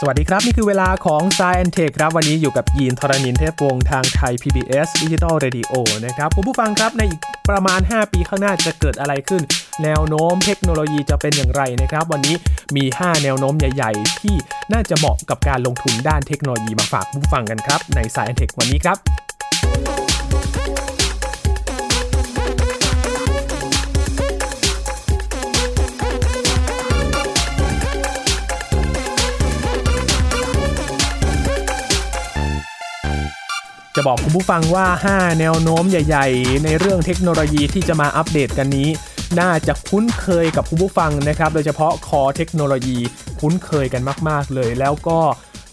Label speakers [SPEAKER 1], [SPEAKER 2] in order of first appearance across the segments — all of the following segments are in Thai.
[SPEAKER 1] สวัสดีครับ นี่คือเวลาของ s c i e n t e c h ครับ วันนี้อยู่กับยีนทรณินเทพวงศ์ทางไทย PBS Digital Radio นะครับ คุณผู้ฟังครับในอีกประมาณ 5 ปีข้างหน้าจะเกิดอะไรขึ้น แนวโน้มเทคโนโลยีจะเป็นอย่างไรนะครับ วันนี้มี 5 แนวโน้มใหญ่ ๆ ที่น่าจะเหมาะกับการลงทุนด้านเทคโนโลยีมาฝากคุณผู้ฟังกันครับ ใน s c i e n t e c h วันนี้ครับ จะบอกคุณผู้ฟังว่า 5 แนวโน้มใหญ่ ๆ ในเรื่องเทคโนโลยีที่จะมาอัปเดตกันนี้ น่าจะคุ้นเคยกับคุณผู้ฟังนะครับ โดยเฉพาะคอเทคโนโลยีคุ้นเคยกันมาก ๆ เลย แล้วก็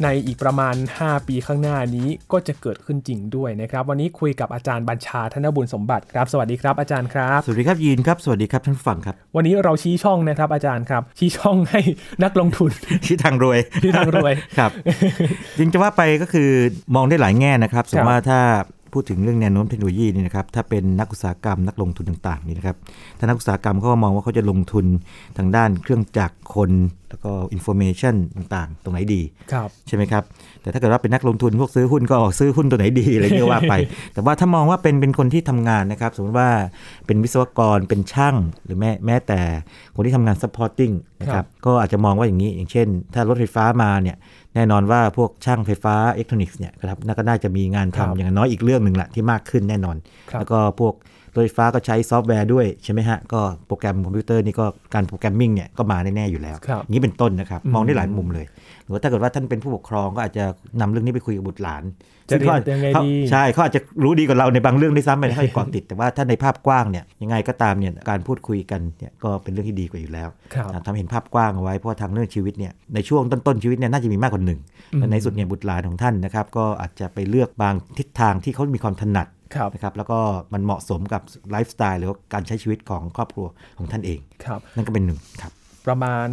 [SPEAKER 1] ในอีกประมาณ 5 ปีข้างหน้านี้ก็จะเกิดขึ้นจริงด้วยนะครับ วันนี้คุยกับอาจารย์บัญชาธนบุญสมบัติครับ สวัสดีครับอาจารย์ครับ
[SPEAKER 2] สวัสดีครับยีนครับ สวัสดีครับท่านผู้ฟังครับ
[SPEAKER 1] วันนี้เราชี้ช่องนะครับ อาจารย์ครับ ชี้ช่องให้นักลงทุน
[SPEAKER 2] ที่ทางรวย
[SPEAKER 1] ที่ทางรวย
[SPEAKER 2] ครับ จริงจะว่าไปก็คือมองได้หลายแง่นะครับสม
[SPEAKER 1] ค
[SPEAKER 2] ม
[SPEAKER 1] รับ
[SPEAKER 2] ติว่าถ้าพูดถึงเรื่องแนวโน้มเทคโนโลยีนี่นะครับถ้าเป็นนักอุตสาหกรรมนักลงทุนต่างๆนี่นะครับถ้านักอุตสาหกรรมเขาก็มองว่าเขาจะลงทุนทางด้านเครื่องจักรคน แล้วก็อินโฟเมชันต่างๆ ตรงไหนดี
[SPEAKER 1] ครับ
[SPEAKER 2] ใช่ไหมครับ แต่ถ้าเกิดว่าเป็นนักลงทุนพวกซื้อหุ้นก็ออกซื้อหุ้นตัวไหนดี อะไรเงี้ยว่าไป แต่ว่าถ้ามองว่าเป็นเป็นคนที่ทำงานนะครับ สมมติว่าเป็นวิศวกรเป็นช่างหรือแม้แม้แต่คนที่ทำงาน supporting นะครับก็อาจจะมองว่าอย่างนี้ อย่างเช่น ถ้ารถไฟฟ้ามาเนี่ยแน่นอนว่าพวกช่างไฟฟ้าอิเล็กทรอนิกส์เนี่ยครับน่าก็น่าจะมีงาน
[SPEAKER 1] ครั
[SPEAKER 2] ทำ
[SPEAKER 1] บ
[SPEAKER 2] อย่างน้อยอีกเรื่องหนึ่งละที่มากขึ้นแน่นอน
[SPEAKER 1] ครับ
[SPEAKER 2] แล้วก็พวกรถไฟฟ้าก็ใช้ซอฟต์แวร์ด้วยใช่ไหมฮะก็โปรแกรมคอมพิวเตอร์นี่ก็การโปรแกรมมิ่งเนี่ยก็มาแน่ๆอยู่แล้ว
[SPEAKER 1] ครับ
[SPEAKER 2] อย่างนี้เป็นต้นนะครับ
[SPEAKER 1] อืม
[SPEAKER 2] มองได้หลายมุมเลย หรือว่าถ้าเกิดว่าท่านเป็นผู้ปกครองก็อาจจะนำเรื่องนี้ไปคุยกับบุตรหลาน
[SPEAKER 1] จะเรียนยังไงดี
[SPEAKER 2] เขาใช่เขาอาจจะรู้ดีกว่าเราในบางเรื่องด้วย ซ้ำไปนะเขาอาจจะเกาะติดแต่ว่าถ้าในภาพกว้างเนี่ยยังไงก็ตามเนี่ยการพูดคุยกันเนี่ยก็เป็นเรื่องที่ดีกว่าอยู่แล้ว
[SPEAKER 1] ครับ
[SPEAKER 2] ทำให้เห็นภาพกว้างเอาไว้เพราะว่าทางเรื่องชีวิตเนี่ยในช่วงต้นๆชีวิตเนี่ยน่าจะมีมากกว่าหนึ่ง
[SPEAKER 1] อืม
[SPEAKER 2] แต่ในสุดเนี่ยบุตรหลานของท่านนะครับก็อาจจะไปเลือกบางทิศทางที่เขามีความถนัด
[SPEAKER 1] ครับ
[SPEAKER 2] นะครับแล้วก็มันเหมาะสมกับไลฟ์สไตล์หรือว่าการใช้ชีวิตของครอบครัวของท่านเอง
[SPEAKER 1] ครับ
[SPEAKER 2] นั่นก็เป็นหนึ่งครับ
[SPEAKER 1] ประมาณ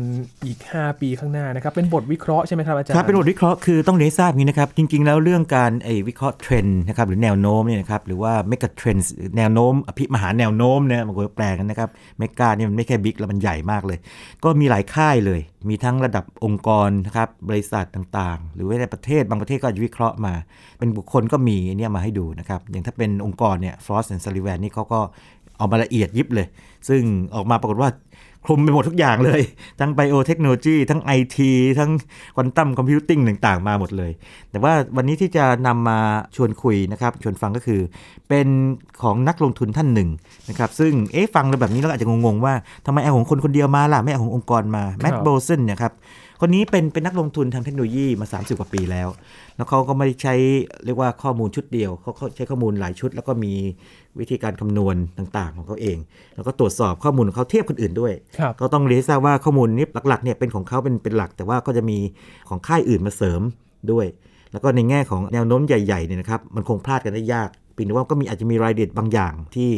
[SPEAKER 1] อีก 5 ปีข้างหน้านะครับ เป็นบทวิเคราะห์ใช่ไหมครับอาจารย์
[SPEAKER 2] ครับเป็นบทวิเคราะห์คือต้องเรียนให้ทราบอย่างนี้นะครับ จริง ๆ แล้วเรื่องการไอ้วิเคราะห์เทรนด์นะครับหรือแนวโน้มเนี่ยนะครับหรือว่าเมกะเทรนด์แนวโน้ม อภิมหาแนวโน้มเนี่ยบางคนแปลกันนะครับเมกาเนี่ยมันไม่แค่บิ๊กแล้วมันใหญ่มากเลย ก็มีหลายค่ายเลย มีทั้งระดับองค์กรนะครับบริษัทต่างๆ หรือว่าในประเทศบางประเทศก็อาจจะวิเคราะห์มา เป็นบุคคลก็มีเนี่ยมาให้ดูนะครับอย่างถ้าเป็นองค์กรเนี่ยฟรอสแอนด์ซัลลิแวนนี่เขาก็ ออกมาละเอียดยิบเลย ซึ่งออกมาปรากฏว่าคลุมไปหมดทุกอย่างเลย ทั้งไบโอเทคโนโลยีทั้ง IT ทั้งควอนตัมคอมพิวติ้งต่าง ๆ มาหมดเลย แต่ว่าวันนี้ที่จะนำมาชวนคุยนะครับ ชวนฟังก็คือ เป็นของนักลงทุนท่านหนึ่งนะครับ ซึ่งเอ๊ะฟังแล้วแบบนี้เราอาจจะงง ๆ ว่าทำไมเอาของคนคนเดียวมาล่ะ ไม่เอาขององค์กรมาแม
[SPEAKER 1] ค
[SPEAKER 2] ด
[SPEAKER 1] รับ
[SPEAKER 2] โบเซนเนี่ยครับ คนนี้เป็นเป็นนักลงทุนทางเทคโนโลยีมา 30 กว่าปีแล้ว แล้วเขาก็ไม่ได้ใช้เรียกว่าข้อมูลชุดเดียวเขาเขาใช้ข้อมูลหลายชุด แล้วก็มีวิธีการคำนวณต่างๆ ของเขาเอง แล้วก็ตรวจสอบข้อมูลของเขาเทียบคนอื่นด้วย
[SPEAKER 1] ครับ
[SPEAKER 2] ก็ต้องเรียนให้ทราบว่าข้อมูลนี้หลักๆเนี่ยเป็นของเขาเป็นเป็นหลัก แต่ว่าก็จะมีของค่ายอื่นมาเสริมด้วย แล้วก็ในแง่ของแนวโน้มใหญ่ๆเนี่ยนะครับมันคงพลาดกันได้ยากเปีนี้ว่าก็มีอาจจะมีรายละเด็ดบางอย่างที่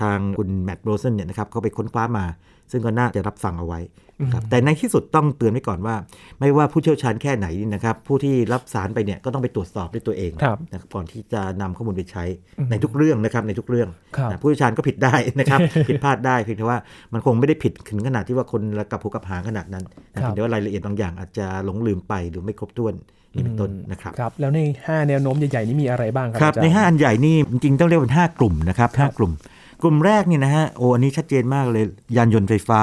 [SPEAKER 2] ทางคุณแมตต์โบรเซนเนี่ยนะครับเขาไปค้นคว้ามา ซึ่งก็น่าจะรับฟังเอาไว้นะครับแต่ในที่สุดต้องเตือนไว้ก่อนว่า ไม่ว่าผู้เชี่ยวชาญแค่ไหนนี่นะครับผู้ที่รับสารไปเนี่ยก็ต้องไปตรวจสอบด้วยตัวเอง
[SPEAKER 1] ครับ
[SPEAKER 2] นะครับก่อนที่จะนำข้อมูลไปใช้
[SPEAKER 1] อืม
[SPEAKER 2] ในทุกเรื่องนะครับในทุกเรื่อง
[SPEAKER 1] ครับ
[SPEAKER 2] นะผู้เชี่ยวชาญก็ผิดได้นะครับ ผิดพลาดได้เพียงแต่ว่ามันคงไม่ได้ผิดถึงขนาดที่ว่าคนละกับหูกับหางขนาดนั้นนะครับ เพียงแต่ว่ารายละเอียดบางอย่างอาจจะหลงลืมไปหรือไม่ครบถ้วนนี่เป็นต้นนะครับ
[SPEAKER 1] ครับ แล้วใน 5 แนวโน้มใหญ่ๆนี้มีอะไรบ้างครั
[SPEAKER 2] ครับ
[SPEAKER 1] อจร
[SPEAKER 2] ใน
[SPEAKER 1] ย์
[SPEAKER 2] ห้าอันใหญ่นี่จริงๆต้องเรียกเป็นห้ากลุ่มนะครับห้ากลุ่ม กลุ่มแรกเนี่ยนะฮะโอ้อันนี้ชัดเจนมากเลยยานยนต์ไฟฟ้า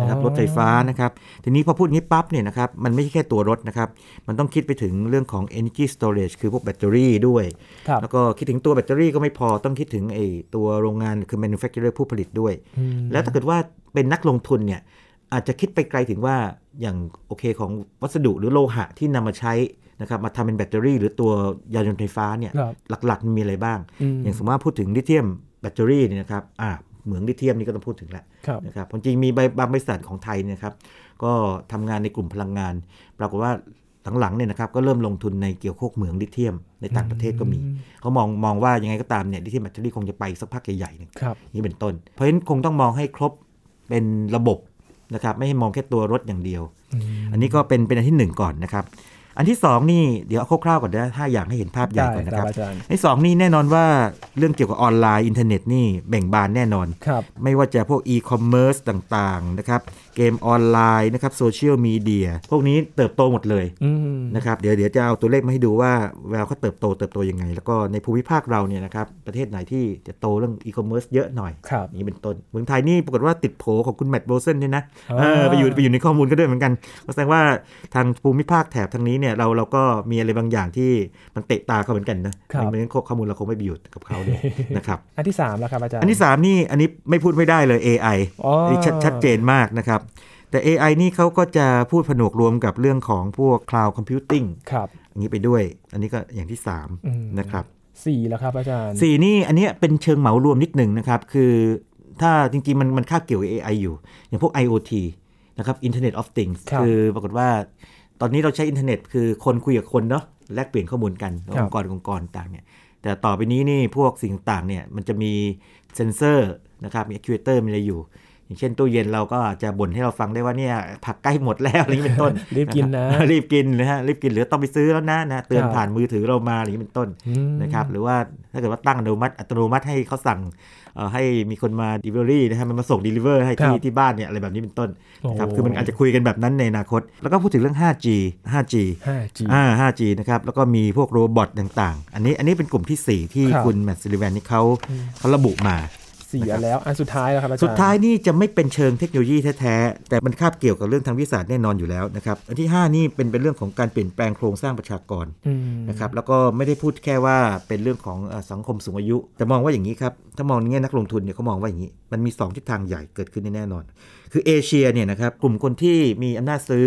[SPEAKER 2] นะครับ
[SPEAKER 1] อ๋อ
[SPEAKER 2] รถไฟฟ้านะครับทีนี้พอพูดงี้ปั๊บเนี่ยนะครับมันไม่ใช่แค่ตัวรถนะครับมันต้องคิดไปถึงเรื่องของ energy storage คือพวกแบตเตอรี่ด้วย
[SPEAKER 1] ครับ
[SPEAKER 2] แล้วก็คิดถึงตัวแบตเตอรี่ก็ไม่พอต้องคิดถึงไอ้ตัวโรงงานคือ manufacturer ผู้ผลิตด้วย
[SPEAKER 1] อืม
[SPEAKER 2] แล้วถ้าเกิดว่าเป็นนักลงทุนเนี่ยอาจจะคิดไปไกลถึงว่าอย่างโอเคของวัสดุหรือโลหะที่นำมาใช้นะครับมาทำเป็นแบตเตอรี่ หรือตัวยานยนต์ไฟฟ้าเนี่ย
[SPEAKER 1] ครับ
[SPEAKER 2] หลักๆมันมีอะไรบ้าง
[SPEAKER 1] อืม
[SPEAKER 2] อย่างสมมติว่าพูดถึงลิเธียมแบตเตอรี่เนี่ยนะครับ อ่า เหมืองลิเธียมนี่ก็ต้องพูดถึงแหละ
[SPEAKER 1] ครับ
[SPEAKER 2] นะครับจริงๆมีบางบริษัทของไทยเนี่ยนะครับ ก็ทำงานในกลุ่มพลังงาน ปรากฏว่าหลังๆเนี่ยนะครับก็เริ่มลงทุนในเกี่ยวโคกเหมืองลิเธียมในต่างประเทศก็มี เขามองมองว่ายังไงก็ตามเนี่ยลิเธียมแบตเตอรี่คงจะไปสักพักใหญ่ๆหนึง
[SPEAKER 1] ครับ
[SPEAKER 2] นี่เป็นต้น เพราะฉะนั้นคงต้องมองให้ครบเป็นระบบนะครับ ไม่ให้มองแค่ตัวรถอย่างเดียว อันนี้ก็เป็นเป็นอันที่หนึ่งก่อนนะครับ อันที่ 2 นี่เดี๋ยวเอาคร่าวๆก่อนนะห้าอย่างให้เห็นภาพใหญ่ก่อนนะครับ
[SPEAKER 1] ได้ครับอาจารย์
[SPEAKER 2] ไอ้สองนี่แน่นอนว่าเรื่องเกี่ยวกับออนไลน์อินเทอร์เน็ตนี่แบ่งบานแน่นอน
[SPEAKER 1] ครับ
[SPEAKER 2] ไม่ว่าจะพวกอีคอมเมิร์ซต่างๆนะครับเกมออนไลน์นะครับโซเชียลมีเดียพวกนี้เติบโตหมดเลย
[SPEAKER 1] อืม
[SPEAKER 2] นะครับเดี๋ยวเดี๋ยวจะเอาตัวเลขมาให้ดูว่าแววเขาเติบโตเติบโตยังไง แล้วก็ในภูมิภาคเราเนี่ยนะครับประเทศไหนที่จะโตเรื่องอีคอมเมิร์ซเยอะหน่อย
[SPEAKER 1] ครับ
[SPEAKER 2] อย่างนี้เป็นต้นเมืองไทยนี่ปรากฏว่าติดโผของคุณแมตต์โบเซนด้วยนะ
[SPEAKER 1] อ่า
[SPEAKER 2] เออไปอยู่ไปอยู่ในข้อมูลก็ด้วยเหมือนกันก็แสดงว่าทางภูมิภาคแถบทางนี้เนี่ยเราเราก็มีอะไรบางอย่างที่มันเตะตาเขาเหมือนกันนะไม่งั้นข้อมูลเราคงไม่ไปอยู่กับเขาเลย นะครับ
[SPEAKER 1] อันที่สาม แล้วครับอาจารย์
[SPEAKER 2] อันที่ 3 นี่อันนี้ไม่พูดไม่ได้เลย AI
[SPEAKER 1] อ๋อ
[SPEAKER 2] อันนี้ชัดชัดเจนมากนะครับ แต่ AI นี่เขาก็จะพูดผนวกรวมกับเรื่องของพวก cloud computing
[SPEAKER 1] ครับ
[SPEAKER 2] อย่างนี้ไปด้วย อันนี้ก็อย่างที่สาม
[SPEAKER 1] อืม
[SPEAKER 2] นะครับ
[SPEAKER 1] สี่แล้วครับอาจารย์
[SPEAKER 2] สี่นี่อันเนี้ยเป็นเชิงเหมารวมนิดหนึ่งนะครับ คือถ้าจริงๆ มันมันคาบเกี่ยวกับ AI อยู่ อย่างพวก IoT นะครับ Internet of Things
[SPEAKER 1] ครับ
[SPEAKER 2] อปรากฏว่าตอนนี้เราใช้อินเทอร์เน็ตคือคนคุยกับคนเนาะแลกเปลี่ยนข้อมูลกัน
[SPEAKER 1] ครับ
[SPEAKER 2] องค์กรองค์กรต่างเนี่ยแต่ต่อไปนี้นี่พวกสิ่งต่างเนี่ยมันจะมีเซนเซอร์นะครับมี a c t u a t o r มีอะไรอยู่ อย่างเช่นตู้เย็นเราก็อาจจะบ่นให้เราฟังได้ว่าเนี่ยผักใกล้หมดแล้วอะไรอย่างนี้เป็นต้น
[SPEAKER 1] รีบกินนะ
[SPEAKER 2] รีบกินนะฮะรีบกินหรือต้องไปซื้อแล้วนะนะเตือน
[SPEAKER 1] ครับ
[SPEAKER 2] ผ่านมือถือเรามาอะไรอย่างนี้เป็นต้น
[SPEAKER 1] อืม
[SPEAKER 2] นะครับหรือว่าถ้าเกิดว่าตั้งอัตโนมัติอัตโนมัติให้เขาสั่งเอ่อให้มีคนมา delivery นะฮะมันมาส่ง deliver ให้ที่
[SPEAKER 1] ครับ
[SPEAKER 2] ที่บ้านเนี่ยอะไรแบบนี้เป็นต้นนะครับ
[SPEAKER 1] โอ้
[SPEAKER 2] คือมันอาจจะคุยกันแบบนั้นในอนาคต แล้วก็พูดถึงเรื่อง 5G 5G
[SPEAKER 1] ห้าจี
[SPEAKER 2] อ่า 5G นะครับแล้วก็มีพวกโรบอทต่างๆ อันนี้อันนี้เป็นกลุ่มทีสี่ 4 ที่
[SPEAKER 1] ครับ
[SPEAKER 2] คุณแมทซิลิแวนนี่เขาเขาระบุมา
[SPEAKER 1] สี่อันแล้วอันสุดท้ายแล้วครับอาจารย์
[SPEAKER 2] สุดท้ายนี่จะไม่เป็นเชิงเทคโนโลยีแท้ๆแต่มันคาบเกี่ยวกับเรื่องทางวิทยาศาสตร์แน่นอนอยู่แล้วนะครับอันที่ห้านี่เป็นเป็นเรื่องของการเปลี่ยนแปลงโครงสร้างประชากร
[SPEAKER 1] อืม
[SPEAKER 2] นะครับแล้วก็ไม่ได้พูดแค่ว่าเป็นเรื่องของเอ่อสังคมสูงอายุ แต่มองว่าอย่างนี้ครับ ถ้ามองในแง่นักลงทุนเนี่ยเขามองว่าอย่างนี้ มันมี 2 ทิศทางใหญ่เกิดขึ้นแน่นอน คือเอเชียเนี่ยนะครับกลุ่มคนที่มีอำนาจซื้อ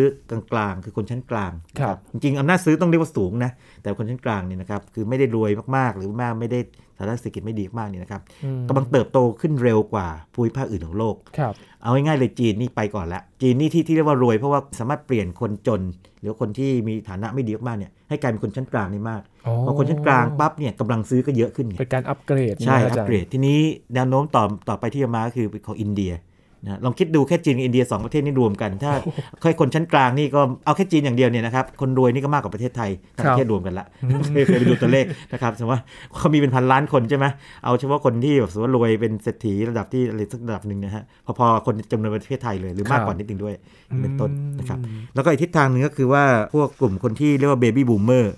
[SPEAKER 2] กลางๆ คือคนชั้นกลาง
[SPEAKER 1] ครับ
[SPEAKER 2] จริงๆอำนาจซื้อต้องเรียกว่าสูงนะ แต่คนชั้นกลางเนี่ยนะครับคือไม่ได้รวยมากๆ หรือมากไม่ได้ฐานะเศรษฐกิจไม่ดีมากเนี่ยนะครับ
[SPEAKER 1] อืม
[SPEAKER 2] กำลังเติบโตขึ้นเร็วกว่าภูมิภาคอื่นของโลก
[SPEAKER 1] ครับ
[SPEAKER 2] เอาง่ายๆเลยจีนนี่ไปก่อนละจีนนี่ที่ที่เรียกว่ารวยเพราะว่าสามารถเปลี่ยนคนจน หรือคนที่มีฐานะไม่ดีมากๆเนี่ยให้กลายเป็นคนชั้นกลางได้มาก
[SPEAKER 1] อ๋อ
[SPEAKER 2] พอคนชั้นกลางปั๊บเนี่ยกำลังซื้อก็เยอะขึ้นไง
[SPEAKER 1] เป็นการอัปเกรด
[SPEAKER 2] ใช่
[SPEAKER 1] นะคบา
[SPEAKER 2] อัป
[SPEAKER 1] จาย์
[SPEAKER 2] เกรดทีนี้แนวโน้มต่อต่อไปที่จะมาก็คือของอินเดียนะลองคิดดูแค่จีนกับอินเดียสองประเทศนี่รวมกัน ถ้าแค่คนชั้นกลางนี่ก็เอาแค่จีนอย่างเดียวเนี่ยนะครับคนรวยนี่ก็มากกว่าประเทศไทยทั้งประเทศรวมกันละ เคยเคยไปดูตัวเลขนะครับสมมติว่าเขามีเป็นพันล้านคนใช่ไหมเอาเฉพาะคนที่แบบสมมติว่ารวยเป็นเศรษฐีระดับที่อะไรสักระดับหนึ่งนะฮะพอๆคนจำนวนประเทศไทยเลยหรือมากกว่านิดหนึงด้วย เป็นต้นนะครับ แล้วก็อีกทิศทางหนึ่งก็คือว่าพวกกลุ่มคนที่เรียกว่าเบบี้บูมเมอร์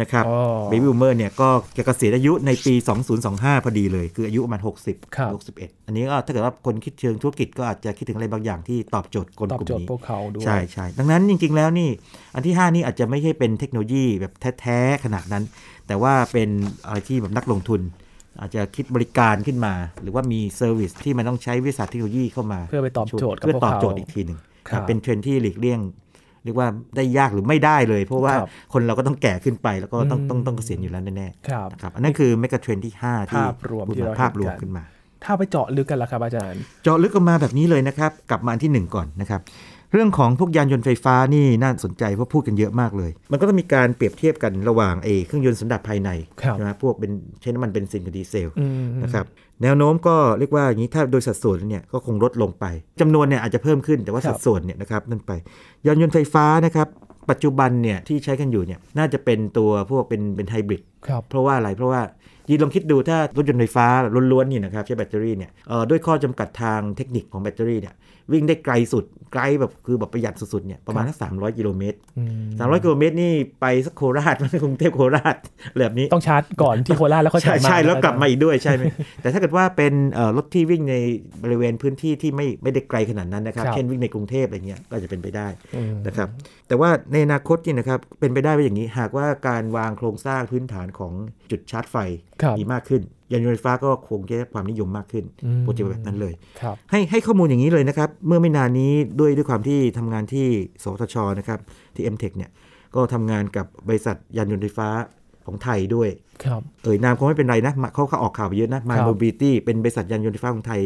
[SPEAKER 2] นะครับ
[SPEAKER 1] อ๋อ
[SPEAKER 2] เบบี้บูมเมอร์เนี่ยก็จะเกษียณอายุในปี 2025 พอดีเลย คืออายุประมาณ 60
[SPEAKER 1] ครับ
[SPEAKER 2] 61 อันนี้ก็ถ้าเกิดว่าคนคิดเชิงธุรกิจก็อาจจะคิดถึงอะไรบางอย่างที่ตอบโจทย์คน
[SPEAKER 1] ตอบ
[SPEAKER 2] กลุ่ม
[SPEAKER 1] โจทย์
[SPEAKER 2] นี้
[SPEAKER 1] พวกเขาด้วย
[SPEAKER 2] ใช่ใช่ดังนั้นจริง ๆ แล้วนี่อันที่ 5 นี่อาจจะไม่ใช่เป็นเทคโนโลยีแบบแท้ๆขนาดนั้น แต่ว่าเป็นอะไรที่แบบนักลงทุน อาจจะคิดบริการขึ้นมา หรือว่ามีเซอร์วิสที่มันต้องใช้วิสัยเทคโนโลยีเข้ามา
[SPEAKER 1] เพื่อไปตอบโจทย์กับ
[SPEAKER 2] เพื่อตอบโจ
[SPEAKER 1] พ
[SPEAKER 2] ท
[SPEAKER 1] วกเขา
[SPEAKER 2] ย์อีกทีหนึ่ง
[SPEAKER 1] ครับ
[SPEAKER 2] เป็นเทรนด์ที่หลีกเลี่ยงเรียกว่าได้ยากหรือไม่ได้เลย เพราะว่า
[SPEAKER 1] ครับ
[SPEAKER 2] คนเราก็ต้องแก่ขึ้นไปแล้วก็ต้อง
[SPEAKER 1] อืม
[SPEAKER 2] ต้องต้องเกษียณอยู่แล้วแน่
[SPEAKER 1] ครับ
[SPEAKER 2] ๆนะครับอันนั้นคือเมกะเทรนด์ที่ 5 ที่
[SPEAKER 1] ภาพรวม
[SPEAKER 2] พูด
[SPEAKER 1] ที่เราเห็น
[SPEAKER 2] ภาพรวม
[SPEAKER 1] กัน
[SPEAKER 2] ขึ้นมา
[SPEAKER 1] ถ้าไปเจาะลึกกันล่ะครับอาจารย์
[SPEAKER 2] เจาะลึกออกมาแบบนี้เลยนะครับ กลับมาอันที่หนึ่งก่อนนะครับ เรื่องของพวกยานยนต์ไฟฟ้านี่น่าสนใจเพราะพูดกันเยอะมากเลย มันก็ต้องมีการเปรียบเทียบกันระหว่างเอเครื่องยนต์สันดาปภายใน
[SPEAKER 1] ครับ
[SPEAKER 2] ใช่ไหมพวกเป็นใช้น้ำมันเบนซินกับดีเซล
[SPEAKER 1] อืม
[SPEAKER 2] นะครับแนวโน้มก็เรียกว่าอย่างนี้ถ้าโดยสัดส่วนเนี่ยก็คงลดลงไปจำนวนเนี่ยอาจจะเพิ่มขึ้นแต่ว่า
[SPEAKER 1] ครับ
[SPEAKER 2] สัดส่วนเนี่ยนะครับนั่นไปยานยนต์ไฟฟ้านะครับปัจจุบันเนี่ยที่ใช้กันอยู่เนี่ยน่าจะเป็นตัวพวกเป็นเป็นไฮบริด
[SPEAKER 1] ครับ
[SPEAKER 2] เพราะว่าอะไร เพราะว่ายีนลองคิดดูถ้ารถยนต์ไฟฟ้าล้วนๆนี่นะครับใช้แบตเตอรี่เนี่ยเอ่อด้วยข้อจำกัดทางเทคนิคของแบตเตอรี่เนี่ยวิ่งได้ไกลสุดไกลแบบคือแบบประหยัดสุดๆเนี่ยประมาณสักสามร้อยกิโลเมตร
[SPEAKER 1] อืม
[SPEAKER 2] สามร้อยกิโลเมตรนี่ไปสักโคราช มันกรุงเทพโคราชอะไรแบบนี้
[SPEAKER 1] ต้องชาร์จก่อนที่โคราชแล้วค่อย
[SPEAKER 2] ใช่
[SPEAKER 1] กลับมา
[SPEAKER 2] ใช่แล้วกลับมา
[SPEAKER 1] นะ
[SPEAKER 2] อีกด้วยใช่ไหม แต่ถ้าเกิดว่าเป็นเอ่อรถที่วิ่งในบริเวณพื้นที่ที่ไม่ไม่ได้ไกลขนาดนั้นนะครับ
[SPEAKER 1] ครับ
[SPEAKER 2] เช่นวิ่งในกรุงเทพอะไรเงี้ยก็อาจจะเป็นไปได้
[SPEAKER 1] อืม
[SPEAKER 2] นะครับแต่ว่าในอนาคตนี่นะครับเป็นไปได้ว่าอย่างนี้ หากว่าการวางโครงสร้างพื้นฐานของจุดชาร์จไฟ
[SPEAKER 1] ครับ
[SPEAKER 2] มีมากขึ้นยานยนต์ไฟฟ้าก็คงจะได้ความนิยมมากขึ้นโปรเจกต์แบบนั้นเลย
[SPEAKER 1] ครับ
[SPEAKER 2] ให้ให้ข้อมูลอย่างนี้เลยนะครับ เมื่อไม่นานนี้ด้วยด้วยความที่ทำงานที่สทชนะครับที่ MTech เนี่ยก็ทำงานกับบริษัทยานยนต์ไฟฟ้าของไทยด้วย
[SPEAKER 1] ครับ
[SPEAKER 2] เอ่ยนามคงไม่เป็นไรนะมาเขาเขาออกข่าวไปเยอะนะ My
[SPEAKER 1] ครับ
[SPEAKER 2] Mobility เป็นบริษัทยานยนต์ไฟฟ้าของไทย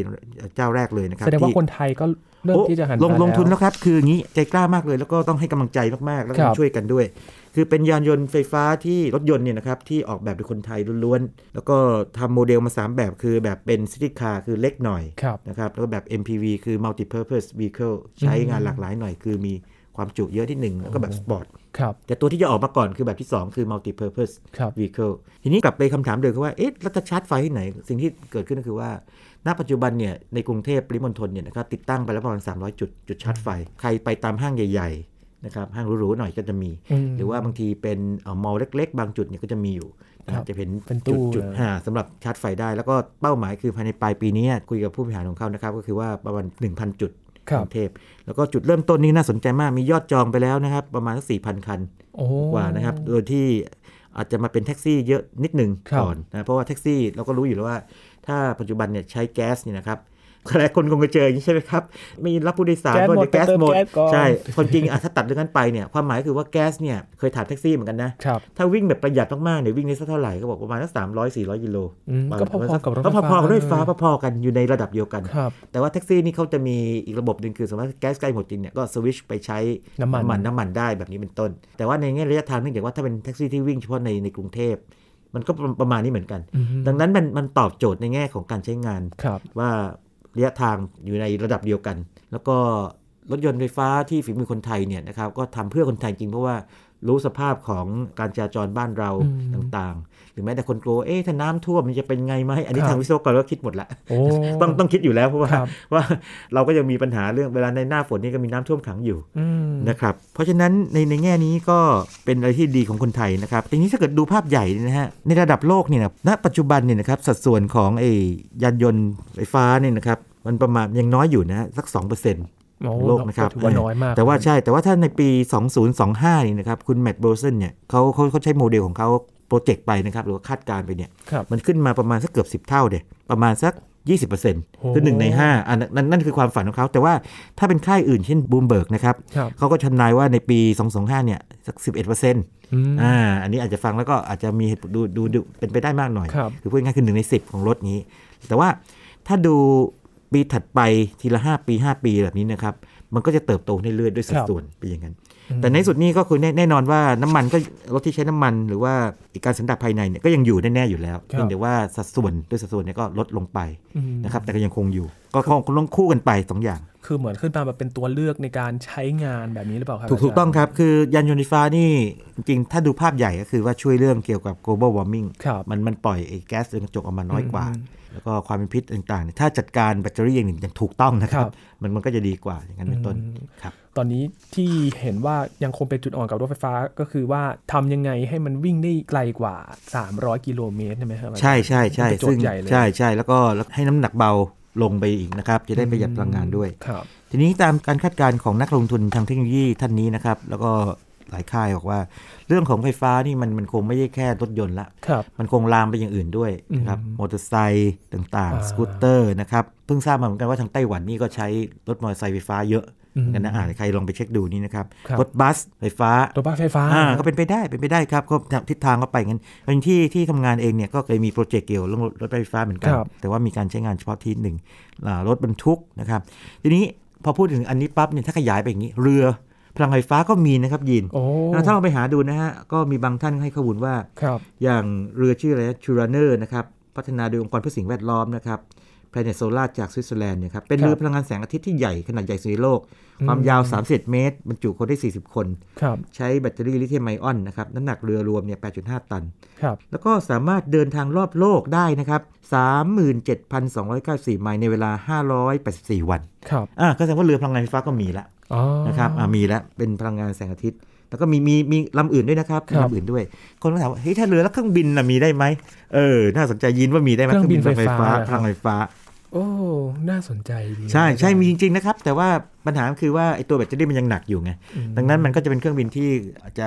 [SPEAKER 2] เจ้าแรกเลยนะครับ
[SPEAKER 1] แสดงว่า
[SPEAKER 2] ที่
[SPEAKER 1] คนไทยก็เริ่ม
[SPEAKER 2] โอ้
[SPEAKER 1] ที่จะหัน
[SPEAKER 2] ลง
[SPEAKER 1] มา
[SPEAKER 2] ลงทุนแล้วครับ คืออย่างนี้ใจกล้ามากเลย แล้วก็ต้องให้กำลังใจมาก ๆ แล้วก็ช่วยกันด้วย คือเป็นยานยนต์ไฟฟ้าที่รถยนต์เนี่ยนะครับ ที่ออกแบบโดยคนไทยล้วน ๆ แล้วก็ทำโมเดลมา 3 แบบคือแบบเป็นซิตี้คาร์คือเล็กหน่อย
[SPEAKER 1] ครับ
[SPEAKER 2] นะครับ แล้วก็แบบ MPV คือ multi purpose vehicle ใช้งานหลากหลายหน่อย คือมี ความจุเยอะที่หนึ่งแล้วก็แบบสปอร์ต
[SPEAKER 1] ครับ
[SPEAKER 2] แต่ตัวที่จะออกมาก่อนคือแบบที่ 2 คือ multi purpose
[SPEAKER 1] ครับ
[SPEAKER 2] vehicle ทีนี้กลับไปคำถามเดิมคือว่า เอ๊ะรัฐชาร์จไฟที่ไหน สิ่งที่เกิดขึ้นก็คือว่า ณ ปัจจุบันเนี่ย ในกรุงเทพปริมณฑลเนี่ยนะครับติดตั้งไปแล้วประมาณ 300 จุด จุดชาร์จไฟ ใครไปตามห้างใหญ่ๆนะครับห้างหรูๆหน่อยก็จะมี
[SPEAKER 1] อืม
[SPEAKER 2] หรือว่าบางทีเป็นเอ่อมอลล์เล็ก ๆ บางจุดเนี่ยก็จะมีอยู่นะครับ จะเห็น
[SPEAKER 1] เป็นตู้
[SPEAKER 2] จุดจุด
[SPEAKER 1] เลย
[SPEAKER 2] ห้าสำหรับชาร์จไฟได้ แล้วก็เป้าหมายคือภายในปลายปีนี้คุยกับผู้บริหารของเขานะครับก็คือว่าประมาณ 1,000 จุด
[SPEAKER 1] ค
[SPEAKER 2] ก
[SPEAKER 1] รับ
[SPEAKER 2] รุงเทพแล้วก็จุดเริ่มต้นนี้น่าสนใจมาก มียอดจองไปแล้วนะครับ ประมาณสักสี่พันคัน
[SPEAKER 1] โอ้
[SPEAKER 2] กว่านะครับ โดยที่อาจจะมาเป็นแท็กซี่เยอะนิดหนึ่ง
[SPEAKER 1] ครับ
[SPEAKER 2] ก่อนนะ เพราะว่าแท็กซี่เราก็รู้อยู่แล้วว่า ถ้าปัจจุบันเนี่ยใช้แก๊สเนี่ยนะครับ หลายคนคงจะเจออย่างนี้ใช่ไหมครับ ไม่รับผู้โดยสาร
[SPEAKER 1] แก๊สหมด
[SPEAKER 2] เพราะเดี๋ยวแก๊ส
[SPEAKER 1] เติม
[SPEAKER 2] หมด
[SPEAKER 1] แก๊สก่อน
[SPEAKER 2] ใช่ คนจริงอ่ะถ้าตัดเรื่องนั้นไปเนี่ยความหมายคือว่าแก๊สเนี่ยเคยถามแท็กซี่เหมือนกันนะ
[SPEAKER 1] ครับ
[SPEAKER 2] ถ้าวิ่งแบบประหยัดมากๆเนี่ยวิ่งได้สักเท่าไหร่ก็บอกประมาณสักสามร้อยสี่ร้อยกิโล
[SPEAKER 1] อืมก็พอๆกับรถไฟ
[SPEAKER 2] ก็
[SPEAKER 1] ฟ้า
[SPEAKER 2] พอๆกับรถไฟฟ้า
[SPEAKER 1] เลย
[SPEAKER 2] พอๆกันอยู่ในระดับเดียวกัน
[SPEAKER 1] ครับ
[SPEAKER 2] แต่ว่าแท็กซี่นี่เขาจะมีอีกระบบหนึ่งคือสมมติว่าแก๊สใกล้หมดจริงเนี่ยก็สวิตชไปใช้
[SPEAKER 1] น้ำมัน
[SPEAKER 2] น้ำมันได้แบบนี้เป็นต้น แต่ว่าในแง่ระยะทางเนื่องจากว่าถ้าเป็นแท็กซี่ที่วิ่งเฉพาะในในกรุงเทพ มันก็ประประมาณนี้เหมือนกัน
[SPEAKER 1] อืม
[SPEAKER 2] ดังนั้นมันมันตอบโจทย์ในแง่ของการใช้งาน
[SPEAKER 1] ครับ
[SPEAKER 2] ว่าระยะทางอยู่ในระดับเดียวกัน แล้วก็รถยนต์ไฟฟ้าที่ฝีมือคนไทยเนี่ยนะครับก็ทำเพื่อคนไทยจริงเพราะว่ารู้สภาพของการจราจรบ้านเรา
[SPEAKER 1] อืม
[SPEAKER 2] ต่างๆ หรือแม้แต่คนกลัวเอ๊ะถ้าน้ำท่วมมันจะเป็นไงไหมอันนี้ทางวิศวกรก็คิดหมดละ
[SPEAKER 1] โอ้
[SPEAKER 2] ต้องต้องคิดอยู่แล้วเพราะว่า
[SPEAKER 1] ครับ
[SPEAKER 2] ว่าเราก็ยังมีปัญหาเรื่องเวลาในหน้าฝนนี่ก็มีน้ำท่วมขังอยู่
[SPEAKER 1] อืม
[SPEAKER 2] นะครับ เพราะฉะนั้นในในแง่นี้ก็เป็นอะไรที่ดีของคนไทยนะครับทีนี้ถ้าเกิดดูภาพใหญ่เนี่ยนะฮะในระดับโลกเนี่ยนะณปัจจุบันเนี่ยนะครับสัดส่วนของไอ้ยานยนต์ไฟฟ้าเนี่ยนะครับมันประมาณยังน้อยอยู่นะฮะสัก 2%ของโลกนะครับ
[SPEAKER 1] ถือว่าน้อยมาก
[SPEAKER 2] แต่ว่าใช่แต่ว่าถ้าในปี 2025นี่นะครับคุณแมตต์โบรเซนเนี่ยเขาเขาเขาใช้โมเดลของเขาโปรเจกต์ไปนะครับหรือว่าคาดการณ์ไปเนี่ย
[SPEAKER 1] ครับ
[SPEAKER 2] มันขึ้นมาประมาณสักเกือบ 10 เท่าเดยประมาณสัก 20%คือหนึ่งใน 5 อันนั้นนั่นนั่นคือความฝันของเขา แต่ว่าถ้าเป็นค่ายอื่นเช่นบูมเบิร์กนะครับ
[SPEAKER 1] ครับ
[SPEAKER 2] เขาก็ทำนายว่าในปี 225 เนี่ย สัก 11%
[SPEAKER 1] อืม
[SPEAKER 2] อ่าอันนี้อาจจะฟังแล้วก็อาจจะมีเหตุผลดูดูดูเป็นไปได้มากหน่อย
[SPEAKER 1] ครับ
[SPEAKER 2] อพูดง่ายๆคือหนึ่งใน 10 ของรถนี้ แต่ว่าถ้าดูปีถัดไปทีละ 5 ปี 5 ปีแบบนี้นะครับมันก็จะเติบโตเรื่อยๆด้วยสัดส่วนไปนอย่างนั้น แต่ในสุดนี่ก็คือแน่แน่นอนว่าน้ำมันก็รถที่ใช้น้ำมันหรือว่าการสันดาปภายในเนี่ยก็ยังอยู่แน่ ๆ อยู่แล้วเพียงแต่ว่าสัดส่วนด้วยสัดส่วนเนี่ยก็ลดลงไป
[SPEAKER 1] อืม
[SPEAKER 2] นะครับแต่ก็ยังคงอยู่ ก็คงคงต้องคู่กันไป 2 อย่าง
[SPEAKER 1] คือเหมือนขึ้นมาแบบเป็นตัวเลือกในการใช้งานแบบนี้หรือเปล่าครับ
[SPEAKER 2] ถูกถูกต้องครับ คือยานยนต์ไฟฟ้านี่จริงๆ ถ้าดูภาพใหญ่ก็คือว่าช่วยเรื่องเกี่ยวกับ global warming
[SPEAKER 1] ครับ
[SPEAKER 2] มันมันปล่อยไอ้แก๊สเรือนกระจกออกมาน้อยกว่า
[SPEAKER 1] อืม
[SPEAKER 2] แล้วก็ความเป็นพิษต่างๆเนี่ยถ้าจัดการแบตเตอรี่อย่างหนึ่งอย่างถูกต้องนะค
[SPEAKER 1] ค
[SPEAKER 2] รั
[SPEAKER 1] รั
[SPEAKER 2] บบ มันมันก็จะดีกว่าอย่างนั้นเป็นต้นครับ
[SPEAKER 1] ตอนนี้ที่เห็นว่ายังคงเป็นจุดอ่อนกับรถไฟฟ้าก็คือว่าทำยังไงให้มันวิ่งได้ไกลกว่า 300 กิโลเมตรใช่ไหมครับ
[SPEAKER 2] ใช่ใช่ใช่
[SPEAKER 1] เป็นโจทย์
[SPEAKER 2] ซึ่ง
[SPEAKER 1] ใหญ่เลย
[SPEAKER 2] ใช่ใช่แล้วก็ให้น้ำหนักเบาลงไปอีกนะครับ จะได้ประหยัดพลังงานด้วย
[SPEAKER 1] ครับ
[SPEAKER 2] ทีนี้ตามการคาดการณ์ของนักลงทุนทางเทคโนโลยีท่านนี้นะครับ แล้วก็หลายค่ายบอกว่า เรื่องของไฟฟ้านี่มันมันคงไม่ใช่แค่รถยนต์ละ
[SPEAKER 1] ครับ
[SPEAKER 2] มันคงลามไปอย่างอื่นด้วยนะครับ
[SPEAKER 1] อืม
[SPEAKER 2] มอเตอร์ไซค์ต่าง
[SPEAKER 1] อ่า
[SPEAKER 2] ๆ สกูตเตอร์นะครับ เพิ่งทราบมาเหมือนกันว่าทางไต้หวันนี่ก็ใช้รถมอเตอร์ไซค์ไฟฟ้าเยอะเหมือนกันนะอ่าใครลองไปเช็คดูนี่นะครับ
[SPEAKER 1] ครับ
[SPEAKER 2] รถบัสไฟฟ้า
[SPEAKER 1] รถบัสไฟฟ้า
[SPEAKER 2] อ่าก็เป็นไปได้เป็นไปได้ครับก็ทิศทางก็ไปงั้นตอนที่ที่ทำงานเองเนี่ยก็เคยมีโปรเจกต์เกี่ยวเรื่องรถไฟฟ้าเหมือนกัน
[SPEAKER 1] ครับ
[SPEAKER 2] แต่ว่ามีการใช้งานเฉพาะที่หนึ่งอ่ารถบรรทุกนะครับ ทีนี้พอพูดถึงอันนี้ปั๊บเนี่ยถ้าขยายไปอย่างนี้ เรือพลังไฟฟ้าก็มีนะครับยิน
[SPEAKER 1] โอ้
[SPEAKER 2] อ่าถ้าเราไปหาดูนะฮะ ก็มีบางท่านให้ข้อมูลว่า
[SPEAKER 1] ครับ
[SPEAKER 2] อย่างเรือชื่ออะไรชูราเนอร์นะครับ พัฒนาโดยองค์กรเพื่อสิ่งแวดล้อมนะครับ Planet Solar จากสวิตเซอร์แลนด์เนี่ยครับ เป็น
[SPEAKER 1] ครับ
[SPEAKER 2] เรือพลังงานแสงอาทิตย์ที่ใหญ่ขนาดใหญ่สุดในโลก ความยาว31เมตรบรรจุคนได้ 40 คน
[SPEAKER 1] ครับ
[SPEAKER 2] ใช้แบตเตอรี่ลิเธียมไอออนนะครับน้ำหนักเรือรวมเนี่ย 8.5 ตัน
[SPEAKER 1] ครับ
[SPEAKER 2] แล้วก็สามารถเดินทางรอบโลกได้นะครับ 37,294 ไมล์ในเวลา 584 วัน
[SPEAKER 1] ครับ
[SPEAKER 2] อ่ะก็แสดงว่าเรือพลังงานไฟฟ้าก็มีละ
[SPEAKER 1] อ๋อ
[SPEAKER 2] นะครับอ่ะมีละเป็นพลังงานแสงอาทิตย์ แล้วก็มีมีมีลำอื่นด้วยนะครับมี
[SPEAKER 1] ครับ
[SPEAKER 2] ลำอื่นด้วย คนก็ถามว่าเฮ้ยถ้าเรือแล้วเครื่องบินน่ะมีได้ไหมเออ น่าสนใจยินว่ามีได้ไหม
[SPEAKER 1] เครื่องบินไฟฟ้า
[SPEAKER 2] พลังงานไฟฟ้า
[SPEAKER 1] โอ้ น่าสนใจดี
[SPEAKER 2] ใช่ใช่
[SPEAKER 1] นะครับ
[SPEAKER 2] มีจริงๆนะครับ แต่ว่าปัญหาคือว่าไอ้ตัวแบตเตอรี่มันยังหนักอยู่ไง
[SPEAKER 1] อืม
[SPEAKER 2] ดังนั้นมันก็จะเป็นเครื่องบินที่อาจจะ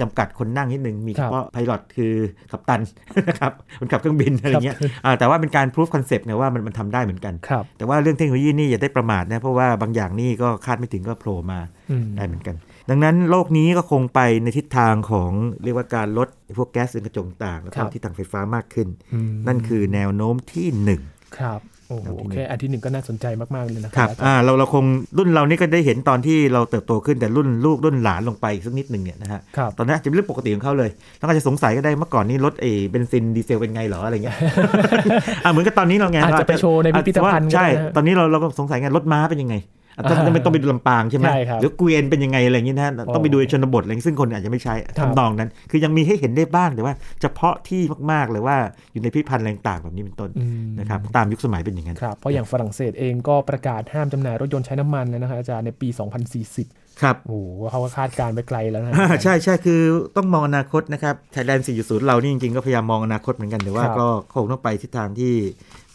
[SPEAKER 2] จำกัดคนนั่งนิดนึง มี
[SPEAKER 1] ค
[SPEAKER 2] เฉ
[SPEAKER 1] รับ
[SPEAKER 2] พาะไพลอตคือกัปตัน นะครับคนขับเครื่องบินอะไรเงี้ยอ่าแต่ว่าเป็นการพิสูจคอนเซปต์ไงว่ามันมันทำได้เหมือนกัน
[SPEAKER 1] ครับ
[SPEAKER 2] แต่ว่าเรื่องเทคโนโลยีนี่อย่าได้ประมาทนะเพราะว่าบางอย่างนี่ก็คาดไม่ถึงก็โผล่มา
[SPEAKER 1] อืม
[SPEAKER 2] ได้เหมือนกัน ดังนั้นโลกนี้ก็คงไปในทิศทางของเรียกว่าการลดพวกแก๊สเรือนกระจกต่างแล้ว
[SPEAKER 1] ครั
[SPEAKER 2] ก็
[SPEAKER 1] บ
[SPEAKER 2] ทิศทางไฟฟ้ามากขึ้น
[SPEAKER 1] อืม
[SPEAKER 2] นั่นคือแนวโน้มที่หนึ่ง
[SPEAKER 1] ครับ โอ้โห
[SPEAKER 2] อันที่หนึ่ง
[SPEAKER 1] แค่อันที่หนึ่งก็น่าสนใจมาก ๆ เลยนะค
[SPEAKER 2] ค
[SPEAKER 1] รั
[SPEAKER 2] รั
[SPEAKER 1] บบ อาจารย์
[SPEAKER 2] อ่า เรา เราคงรุ่นเรานี่ก็ได้เห็นตอนที่เราเติบโตขึ้นแต่รุ่นลูกรุ่นหลานลงไปอีกสักนิดหนึ่งเนี่ยนะฮะ
[SPEAKER 1] ครับ
[SPEAKER 2] ตอนนั้นอาจจะเป็นเรื่องปกติของเขาเลย แล้วก็อาจจะสงสัยก็ได้เมื่อก่อนนี่รถเอเบนซินดีเซลเป็นไงเหรออะไร เงี้ย อ่าเหมือนกับตอนนี้เราไง
[SPEAKER 1] อาจจะไปโชว์ในพิพิธภัณฑ์
[SPEAKER 2] ใช่
[SPEAKER 1] ก็ได้นะ
[SPEAKER 2] ตอนนี้เราเราก็สงสัยไงรถม้าเป็นยังไง ถ้าถ้าไม่ต้องไปดูลำปางใช่ไหม
[SPEAKER 1] ใช่ครับ
[SPEAKER 2] หรือเกวียนเป็นยังไงอะไรอย่างนี้นะฮะต้องไปดูในชนบทอะไรอย่างงี้ซึ่งคนอาจจะไม่ใช้
[SPEAKER 1] ครับ
[SPEAKER 2] ทำนองนั้น คือยังมีให้เห็นได้บ้างแต่ว่า เฉพาะที่มากๆเลยว่าอยู่ในพิพิธภัณฑ์อะไรต่างๆแบบนี้เป็นต้น
[SPEAKER 1] อืม
[SPEAKER 2] นะครับตามยุคสมัยเป็นอย่างนั้น
[SPEAKER 1] ครับเพราะอย่างฝรั่งเศสเองก็ประกาศห้ามจำหน่ายรถยนต์ใช้น้ำมันนะครับอาจารย์ในปี 2040
[SPEAKER 2] ครับ
[SPEAKER 1] โอ้โหเขาก็คาดการณ์ไปไกลแล้วนะ
[SPEAKER 2] อ่าใช่ใช่คือต้องมองอนาคตนะครับไทยแลนด์4.0 เรานี่จริงๆ ก็พยายามมองอนาคตเหมือนกัน แต่ว่า
[SPEAKER 1] ครับ
[SPEAKER 2] ก็คงต้องไปทิศทางที่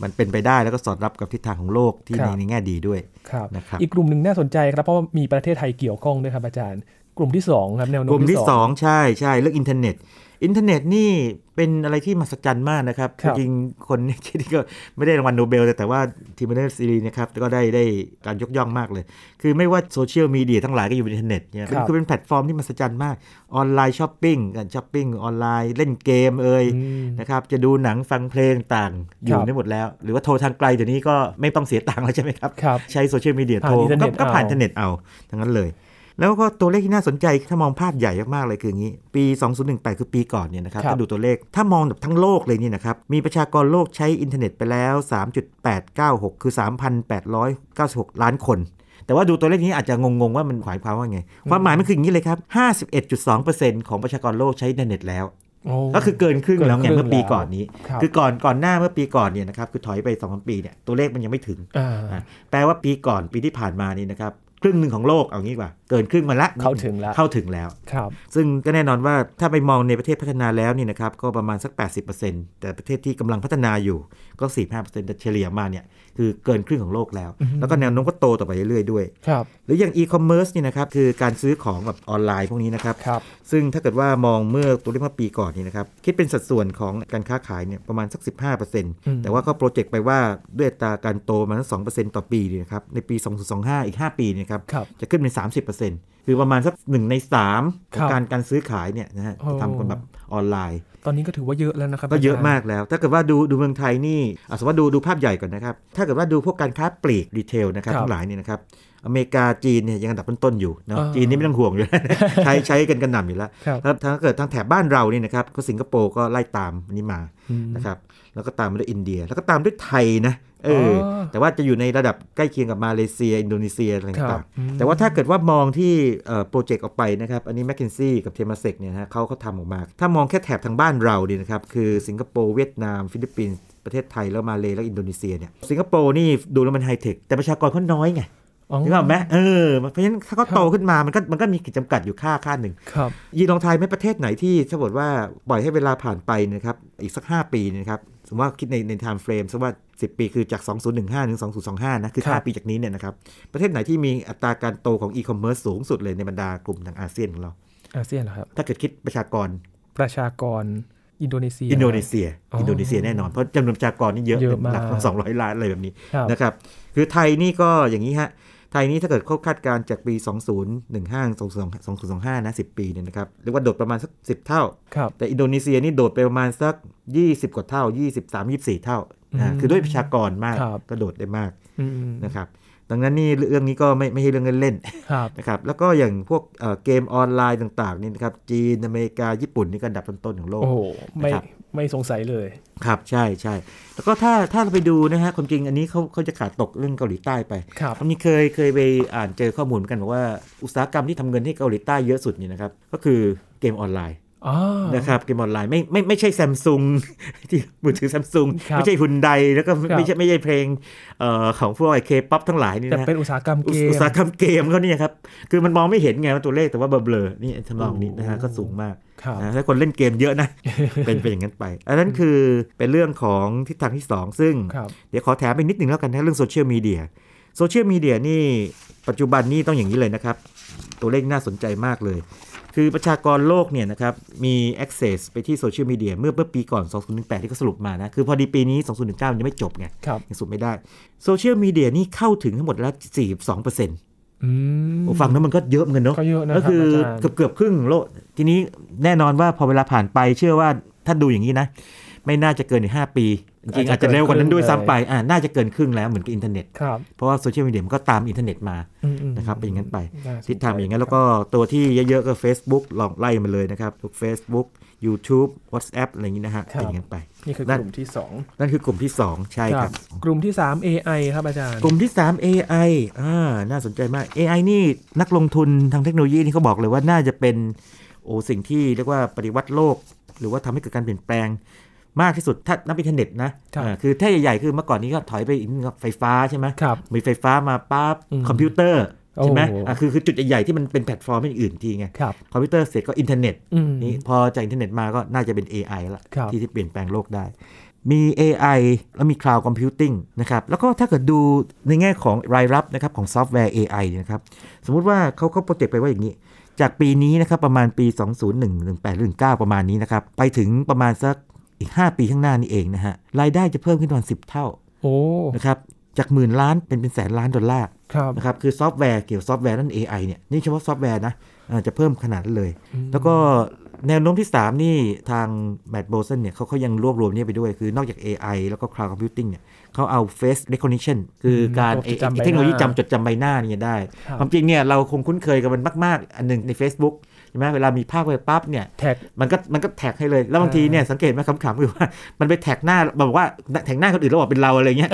[SPEAKER 2] มันเป็นไปได้แล้วก็สอดรับกับทิศทางของโลกที่
[SPEAKER 1] ครั
[SPEAKER 2] ใน
[SPEAKER 1] บ
[SPEAKER 2] ในแง่ดีด้วย
[SPEAKER 1] ครับ
[SPEAKER 2] นะครับ
[SPEAKER 1] อีกกลุ่มหนึ่งน่าสนใจครับเพราะว่ามีประเทศไทยเกี่ยวข้องด้วยครับอาจารย์ กลุ่มที่สองครับแนวโน้
[SPEAKER 2] กลุ่มที่
[SPEAKER 1] สอง
[SPEAKER 2] 2 ใช่ใช่เรื่องอินเทอร์เน็ต อินเทอร์เน็ตนี่เป็นอะไรที่มหัศจรรย์มากนะครับ
[SPEAKER 1] ครับ
[SPEAKER 2] จริงๆ คนที่นี่ก็ไม่ได้รางวัลโนเบลแต่แต่ว่าทีมเนอร์ซีรีนะครับก็ได้ได้การยกย่องมากเลย คือไม่ว่าโซเชียลมีเดียทั้งหลายก็อยู่บนอินเทอร์เน็ตเนี่ยเป็น
[SPEAKER 1] ครับ
[SPEAKER 2] คือเป็นแพลตฟอร์มที่มหัศจรรย์มาก ออนไลน์ช้อปปิ้งการช้อปปิ้งออนไลน์เล่นเกมเอ่ย
[SPEAKER 1] อืม
[SPEAKER 2] นะครับจะดูหนังฟังเพลงต่างอ
[SPEAKER 1] ค
[SPEAKER 2] ยู่
[SPEAKER 1] รับ
[SPEAKER 2] ได้หมดแล้ว หรือว่าโทรทางไกลเดี๋ยวนี้ก็ไม่ต้องเสียตังค์แล้วใช่ไหมครับ
[SPEAKER 1] ครับ
[SPEAKER 2] ใช้โซเชียลมีเดีย
[SPEAKER 1] ผ่าน
[SPEAKER 2] โทร
[SPEAKER 1] อินเทอร์เน็
[SPEAKER 2] ก็
[SPEAKER 1] ต
[SPEAKER 2] ก็ผ่าน
[SPEAKER 1] เอา
[SPEAKER 2] อินเทอร์เน็ตเอาทั้งนั้นเลย แล้วก็ตัวเลขที่น่าสนใจถ้ามองภาพใหญ่มากๆเลยคืออย่างนี้ ปี 2018 คือปีก่อนเนี่ยนะครับ
[SPEAKER 1] ครับ
[SPEAKER 2] ถ้าดูตัวเลขถ้ามองแบบทั้งโลกเลยเนี่ยนะครับมีประชากรโลกใช้อินเทอร์เน็ตไปแล้ว 3.896 คือ 3,896 ล้านคน แต่ว่าดูตัวเลขนี้อาจจะงงๆว่ามันหมายความว่าไงความหมายมันคืออย่างนี้เลยครับ51.2%ของประชากรโลกใช้อินเทอร์เน็ตแล้ว
[SPEAKER 1] โอ้
[SPEAKER 2] ก็คือเกินครึ่งแล้วไง
[SPEAKER 1] เกินครึ่ง
[SPEAKER 2] เมื่อปีก่อนนี้
[SPEAKER 1] ครับ
[SPEAKER 2] คือก่อนก่อนหน้าเมื่อปีก่อนเนี่ยนะครับคือถอยไป2อปีเนี่ยตัวเลขมันยังไม่ถึง
[SPEAKER 1] อ่า
[SPEAKER 2] อ่ะแปลว่าปีก่อนปีที่ผ่านมานี่นะครับครึ่งหนึ่งของโลกเอางี้ดีกว่า เกินครึ่งมาละ
[SPEAKER 1] เข้าถึงละ
[SPEAKER 2] เข้าถึงแล้ว
[SPEAKER 1] ครับ
[SPEAKER 2] ซึ่งก็แน่นอนว่าถ้าไปมองในประเทศพัฒนาแล้วนี่นะครับก็ประมาณสัก 80%แต่ประเทศที่กำลังพัฒนาอยู่ก็ 45%แต่เฉลี่ยมาเนี่ยคือเกินครึ่งของโลกแล้ว
[SPEAKER 1] อือฮึ
[SPEAKER 2] แล้วก็แนวโน้มก็โตต่อไปเรื่อยๆด้วย
[SPEAKER 1] ครับ
[SPEAKER 2] หรืออย่างอีคอมเมิร์ซนี่นะครับคือการซื้อของแบบออนไลน์พวกนี้นะครับ
[SPEAKER 1] ครับ
[SPEAKER 2] ซึ่งถ้าเกิดว่ามองเมื่อตัวเลขเมื่อปีก่อนนี่นะครับคิดเป็นสัดส่วนของการค้าขายเนี่ยประมาณสัก 15%แต่ว่าก็โปรเจกต์ไปว่าด้วยอัตราการโตประมาณสัก2%ต่อปีเนี่ยนะครับในปี 2025 อีก 5 ปีเนยครับ
[SPEAKER 1] ครับ
[SPEAKER 2] จะขึ้นเป็น 30%คือประมาณสัก 1 ใน 3
[SPEAKER 1] ค
[SPEAKER 2] ขอ
[SPEAKER 1] รั
[SPEAKER 2] ง
[SPEAKER 1] บ
[SPEAKER 2] การการซื้อขายเนี่ยนะฮะ
[SPEAKER 1] โอ้
[SPEAKER 2] จะทำกันแบบออนไลน์
[SPEAKER 1] ตอนนี้ก็ถือว่าเยอะแล้วนะครับ
[SPEAKER 2] ก็เยอะ
[SPEAKER 1] จร
[SPEAKER 2] มากแล้ว ถ้าเกิดว่าดูดูเมืองไทยนี่อ่ะสมมติว่าดูดูภาพใหญ่ก่อนนะครับ ถ้าเกิดว่าดูพวกการค้าปลีกรีเทลนะครับ
[SPEAKER 1] ครับ
[SPEAKER 2] ทั้งหลายเนี่ยนะครับ อเมริกาจีนเนี่ยยังอันดับต้นๆอยู่เนาะ
[SPEAKER 1] อ่า
[SPEAKER 2] จีนนี่ไม่ต้องห่วงอยู่ แล้ว ใช้ใช้กันกระหน่ำอยู่แล้ว
[SPEAKER 1] ครับ
[SPEAKER 2] แล้วถ้าเกิดทางแถบบ้านเราเนี่ยนะครับก็สิงคโปร์ก็ไล่ตามอันนี้มา นะครับ แล้วก็ตามมาด้วยอินเดีย แล้วก็ตามด้วยไทยนะ เออ
[SPEAKER 1] อ๋อ
[SPEAKER 2] แต่ว่าจะอยู่ในระดับใกล้เคียงกับมาเลเซีย อินโดนีเซียอะไร
[SPEAKER 1] ครั
[SPEAKER 2] ต่า
[SPEAKER 1] บ
[SPEAKER 2] ง
[SPEAKER 1] อืม
[SPEAKER 2] ๆ แต่ว่าถ้าเกิดว่ามองที่โปรเจกต์ออกไปนะครับ อันนี้แมคเคนซี่กับเทมาเซกเนี่ยนะฮะเขาเขาทำออกมา ถ้ามองแค่แถบทางบ้านเราดีนะครับ คือสิงคโปร์เวียดนาม ฟิลิปปินส์ประเทศไทย แล้วมาเลแล้วอินโดนีเซียเนี่ย สิงคโปร์นี่ดูแล้วมันไฮเทค แต่ประชากรเขาน้อยไง
[SPEAKER 1] อ๋อ
[SPEAKER 2] นึกออกไหมเออ เพราะฉะนั้นถ้าเขาโตขึ้นมา มันก็มันก็มีขีดจำกัดอยู่ค่าค่าหนึ่ง
[SPEAKER 1] ครับ
[SPEAKER 2] ยีนลองทายไหมประเทศไหนที่สมมติว่าปล่อยให้เวลาผ่านไปนะครับ อีกสัก 5 ปีนะครับ สมมติว่าคิดในในไทม์เฟรมสมมติว่า 10 ปีคือจาก 2015 ถึง 2025 นะ คือ
[SPEAKER 1] ครับ
[SPEAKER 2] 5 ปีจากนี้เนี่ยนะครับ ประเทศไหนที่มีอัตราการโตของอีคอมเมิร์ซสูงสุดเลยในบรรดากลุ่มทางอาเซียนของเรา
[SPEAKER 1] อาเซียนเหรอครับ
[SPEAKER 2] ถ้าเกิดคิดประชากร
[SPEAKER 1] ประชากรอินโดนีเซีย
[SPEAKER 2] อินโดนีเซีย
[SPEAKER 1] อ๋ออิ
[SPEAKER 2] อินโดนีเซียแน่นอน เพราะจำนวนประชากรนี่เยอะ
[SPEAKER 1] เยอะ
[SPEAKER 2] เป็นหลัก
[SPEAKER 1] มาก
[SPEAKER 2] สองร้อยล้านอะไรแบบนี้
[SPEAKER 1] ครับ
[SPEAKER 2] นะครับ คือไทยนี่ก็อย่างนี้ฮะ ไทยนี่ถ้าเกิดเขาคาดการณ์จากปี 2015 2025 นะ 10 ปีเนี่ยนะครับ เรียกว่าโดดประมาณสัก 10 เท่า
[SPEAKER 1] ครับ
[SPEAKER 2] แต่อินโดนีเซียนี่โดดไปประมาณสัก 20 กว่าเท่า 23 24 เท่า
[SPEAKER 1] อื
[SPEAKER 2] นะ
[SPEAKER 1] ม
[SPEAKER 2] คือด้วยประชากรมาก
[SPEAKER 1] ครับ
[SPEAKER 2] ก็โดดได้มาก
[SPEAKER 1] อืม
[SPEAKER 2] นะครับดังนั้นนี่เรื่องนี้ก็ไม่ไม่ใช่เรื่องเล่น
[SPEAKER 1] ครับ
[SPEAKER 2] ๆ นะครับแล้วก็อย่างพวกเอ่อเกมออนไลน์ต่างๆนี่นะครับจีนอเมริกา ญี่ปุ่นนี่ก็อันดับต้นๆของโลก
[SPEAKER 1] โอ้โห ไม่
[SPEAKER 2] นะครับ
[SPEAKER 1] ไม่สงสัยเลย
[SPEAKER 2] ครับใช่ใช่แล้วก็ถ้าถ้าเราไปดูนะฮะความจริงอันนี้เขาเขาจะขาดตกเรื่องเกาหลีใต้ไป
[SPEAKER 1] ครับ
[SPEAKER 2] มันมีเคยเคยไปอ่านเจอข้อมูลเหมือนกันบอกว่าอุตสาหกรรมที่ทำเงินให้เกาหลีใต้เยอะสุดเนี่ยนะครับก็คือเกมออนไลน์
[SPEAKER 1] อ๋อ
[SPEAKER 2] นะครับเกมออนไลน์ไม่ไม่ไม่ใช่แซมซุง ที่มือถือแซมซุง
[SPEAKER 1] ครับ
[SPEAKER 2] ไม่ใช่ฮุนไดแล้วก็
[SPEAKER 1] ครับ
[SPEAKER 2] ไม่ใช่ไม่ใช่เพลงเอ่อของพวกไอเคป๊อปทั้งหลายนี่
[SPEAKER 1] แต่
[SPEAKER 2] นะ
[SPEAKER 1] เป็นอุตสาหกรรม
[SPEAKER 2] อุ
[SPEAKER 1] เก
[SPEAKER 2] ต
[SPEAKER 1] ม
[SPEAKER 2] อุตสาหกรรมเกมเขาเนี่ยครับ คือมันมองไม่เห็นไงว่าตัวเลขแต่ว่าเบลอๆนี่ทำนองนี้นะฮะ
[SPEAKER 1] โอ้
[SPEAKER 2] ก็สูงมาก
[SPEAKER 1] ครับ
[SPEAKER 2] นะถ้าคนเล่นเกมเยอะนะ เป็นเป็นอย่างนั้นไป อันนั้นคือเป็นเรื่องของทิศทางที่ 2 ซึ่ง
[SPEAKER 1] ครับ
[SPEAKER 2] เดี๋ยวขอแถมไปนิดหนึ่งแล้วกันนะเรื่องโซเชียลมีเดียโซเชียลมีเดียนี่ปัจจุบันนี่ต้องอย่างนี้เลยนะครับ ตัวเลขน่าสนใจมากเลย คือประชากรโลกเนี่ยนะครับ มี access ไปที่โซเชียลมีเดียเมื่อเมื่อปีก่อน 2018 ที่เขาสรุปมานะ คือพอดีปีนี้ 2019 ยังไม่จบไง
[SPEAKER 1] ครับ
[SPEAKER 2] ยังสรุปไม่ได้โซเชียลมีเดียนี่เข้าถึงทั้งหมดแล้ว 42%เ
[SPEAKER 1] อืม
[SPEAKER 2] โอ้ฟังแล้วมันก็เยอะเหมือนกันเนาะ
[SPEAKER 1] ก็เยอะนะครับ
[SPEAKER 2] ก็คือ
[SPEAKER 1] อาจารย์
[SPEAKER 2] เกือบเกือบครึ่งโลกทีนี้แน่นอนว่าพอเวลาผ่านไปเชื่อว่าถ้าดูอย่างนี้นะ ไม่น่าจะเกินใน5ปี จริงๆอาจจะเร็วกว่านั้นด้วยซ้ำไปอ่าน่าจะเกินครึ่งแล้วเหมือนกับอินเทอร์เน็ต
[SPEAKER 1] ครับ
[SPEAKER 2] เพราะว่าโซเชียลมีเดียมันก็ตามอินเทอร์เน็ตมา
[SPEAKER 1] อืมๆ
[SPEAKER 2] นะครับเป็นอย่างนั้นไป
[SPEAKER 1] สใจ
[SPEAKER 2] ทิศทางเป็นอย่างนั้นแล้วก็ตัวที่เยอะๆก็ Facebook ลองไล่มาเลยนะครับทุก Facebook YouTube WhatsApp อะไรอย่างนี้นะฮะเป็นอย่างนั้นไป
[SPEAKER 1] นี่คือก
[SPEAKER 2] นั่น
[SPEAKER 1] ลุ่มที่สอง
[SPEAKER 2] นั่นคือกลุ่มที่ 2 ใช่ครับ
[SPEAKER 1] กลุ่มที่ 3 AI ครับอาจารย์
[SPEAKER 2] กลุ่มที่ 3 AI อ่าน่าสนใจมาก AI นี่นักลงทุนทางเทคโนโลยีนี่เขาบอกเลยว่าน่าจะเป็นโอ้สิ่งที่เรียกว่าปฏิวัติโลก หรือว่าทำให้เกิดการเปลี่ยนแปลงมากที่สุดถ้านับอินเทอร์เน็ตนะครับ อ่าคือถ้าใหญ่ๆคือเมื่อก่อนนี้ก็ถอยไปอีกนิดนึงก็ไฟฟ้าใช่ไหม
[SPEAKER 1] ครับ
[SPEAKER 2] มีไฟฟ้ามาปั๊บ
[SPEAKER 1] อืม
[SPEAKER 2] คอมพิวเตอร์ใช่ไหม
[SPEAKER 1] โอ้โห
[SPEAKER 2] อ่ะคือคือจุดใหญ่ๆที่มันเป็นแพลตฟอร์มให้อื่นทีไง
[SPEAKER 1] ครับ
[SPEAKER 2] คอมพิวเตอร์เสร็จก็อินเทอร์เน็ต
[SPEAKER 1] อืม
[SPEAKER 2] นี่พอจากอินเทอร์เน็ตมาก็น่าจะเป็น AI ละ
[SPEAKER 1] ครับ
[SPEAKER 2] ที่ที่เปลี่ยนแปลงโลกได้ มี AI แล้วมี Cloud Computing นะครับ แล้วก็ถ้าเกิดดูในแง่ของรายรับนะครับของซอฟต์แวร์ AI เนี่ยนะครับ สมมุติว่าเขาเขาโปรเจกต์ไปว่าอย่างนี้ จากปีนี้นะครับประมาณปี 2018หรือ19ประมาณนี้นะครับ ไปถึงประมาณสักอีก 5 ปีข้างหน้านี่เองนะฮะรายได้จะเพิ่มขึ้นประมาณ10 เท่า
[SPEAKER 1] โอ้
[SPEAKER 2] นะครับจากหมื่นล้านเป็นเป็นแสนล้านดอลลาร์
[SPEAKER 1] ครับ
[SPEAKER 2] นะครับคือซอฟต์แวร์เกี่ยวกับซอฟต์แวร์นั่น AI เนี่ยนี่เฉพาะซอฟต์แวร์นะอ่าจะเพิ่มขนาดนั้นเลย
[SPEAKER 1] อืม
[SPEAKER 2] แล้วก็แนวโน้มที่ 3 นี่ทางแมดโบเซนเนี่ยเขาเขายังรวบรวมเนี่ยไปด้วย คือนอกจาก AI แล้วก็ Cloud Computing เนี่ยเขาเอา Face Recognition คือการ
[SPEAKER 1] จดจำใบหน้า
[SPEAKER 2] เทคโนโลยีจำจดจำใบหน้าเนี่ยได้
[SPEAKER 1] ครับ
[SPEAKER 2] ความจริงเนี่ยเราคงคุ้นเคยกับมันมาก ๆ อันหนึ่งใน Facebook ใช่ไหมเวลามีภาพไปปั๊บเนี่ย
[SPEAKER 1] แท็ก
[SPEAKER 2] มันก็มันก็แท็กให้เลย แล้วบางทีเนี่ยสังเกตไหมขำๆคือว่า มันไปแท็กหน้าบอกว่าแท็กหน้าคนอื่นแล้วบอกเป็นเราอะไรเงี้ย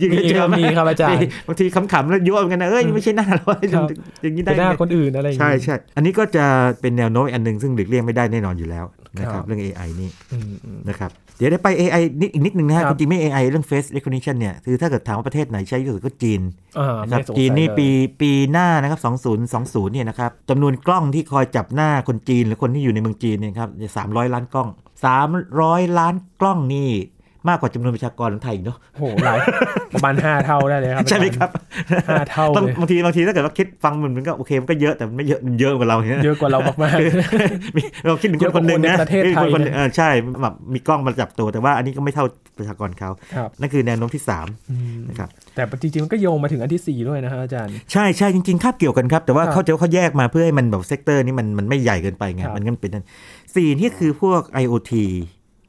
[SPEAKER 2] จริง ๆ
[SPEAKER 1] มี
[SPEAKER 2] เจอไห
[SPEAKER 1] มีครับอาจารย์
[SPEAKER 2] บางทีขำๆแล้วยั่วเหมือนกันนะเอ้ยนี่ไม่ใช่หน้า เรา
[SPEAKER 1] ครับ
[SPEAKER 2] อย่างนี้
[SPEAKER 1] ไปห
[SPEAKER 2] ได้
[SPEAKER 1] น้า
[SPEAKER 2] ไง
[SPEAKER 1] คนอื่นอะไรอย่าง
[SPEAKER 2] ใช่
[SPEAKER 1] งี้
[SPEAKER 2] ใช่อันนี้ก็จะเป็นแนวโน้มอันหนึ่งซึ่งหลีกเลี่ยงไม่ได้แน่นอนอยู่แล้วนะค
[SPEAKER 1] ครั
[SPEAKER 2] รับบ เรื่อง AI นี่
[SPEAKER 1] อืมอืม
[SPEAKER 2] นะครับเดี๋ยวได้ไป AI นิดอีกนิดนึงนะฮะ
[SPEAKER 1] ครับ
[SPEAKER 2] จริงๆไม่ AI เรื่อง face recognition เนี่ยคือถ้าเกิดถามว่าประเทศไหนใช้เยอะสุดก็จีน
[SPEAKER 1] อ่าไม่
[SPEAKER 2] นะครับ
[SPEAKER 1] สงสัย
[SPEAKER 2] จีนนี่
[SPEAKER 1] เลย
[SPEAKER 2] ปีปีหน้านะครับ2020เนี่ยนะครับจำนวนกล้องที่คอยจับหน้าคนจีนหรือคนที่อยู่ในเมืองจีนเนี่ยครับสามร้อยล้านกล้อง 300 ล้านกล้องนี่มากกว่าจำนวนประชากรของไทยอีกเนาะ
[SPEAKER 1] โอ้โหหลาย ประมาณห้าเท่าได้เลยครับ
[SPEAKER 2] ใช่ไหมครับ
[SPEAKER 1] ห้าเท่า
[SPEAKER 2] บาง
[SPEAKER 1] เลย
[SPEAKER 2] บางทีบางทีถ้าเกิดว่าคิดฟังมันมันก็โอเคมันก็เยอะแต่มันไม่เยอะมันเยอะกว่าเราอย่างเงี้ย
[SPEAKER 1] เยอะกว่าเรามาก
[SPEAKER 2] มีเราคิดถึงคนคนหนึ่ง
[SPEAKER 1] เยอะกว่าคนในป
[SPEAKER 2] นะ
[SPEAKER 1] ระเทศไทย
[SPEAKER 2] มีคนคนหนึ่ง
[SPEAKER 1] นะ
[SPEAKER 2] เออใช่แบบมีกล้องมาจับตัวแต่ว่าอันนี้ก็ไม่เท่าประชากรเขา
[SPEAKER 1] ๆครับ
[SPEAKER 2] นั่นคือแนวโน้มที่สาม
[SPEAKER 1] อืม
[SPEAKER 2] นะครับ
[SPEAKER 1] แต่จริงๆมันก็โยงมาถึงอันที่สี่ด้วยนะฮะอาจารย์
[SPEAKER 2] ใช่ใช่จริงๆคาบเกี่ยวกันครับ แต่ว่า
[SPEAKER 1] ครับ
[SPEAKER 2] เขาจะเขาแยกมาเพื่อให้มันแบบเซกเตอร์นี้มันมันไม่ใหญ่เกินไปไง
[SPEAKER 1] ครับ
[SPEAKER 2] มันก็เป็นนั่นสี่นี่คือพวก IoT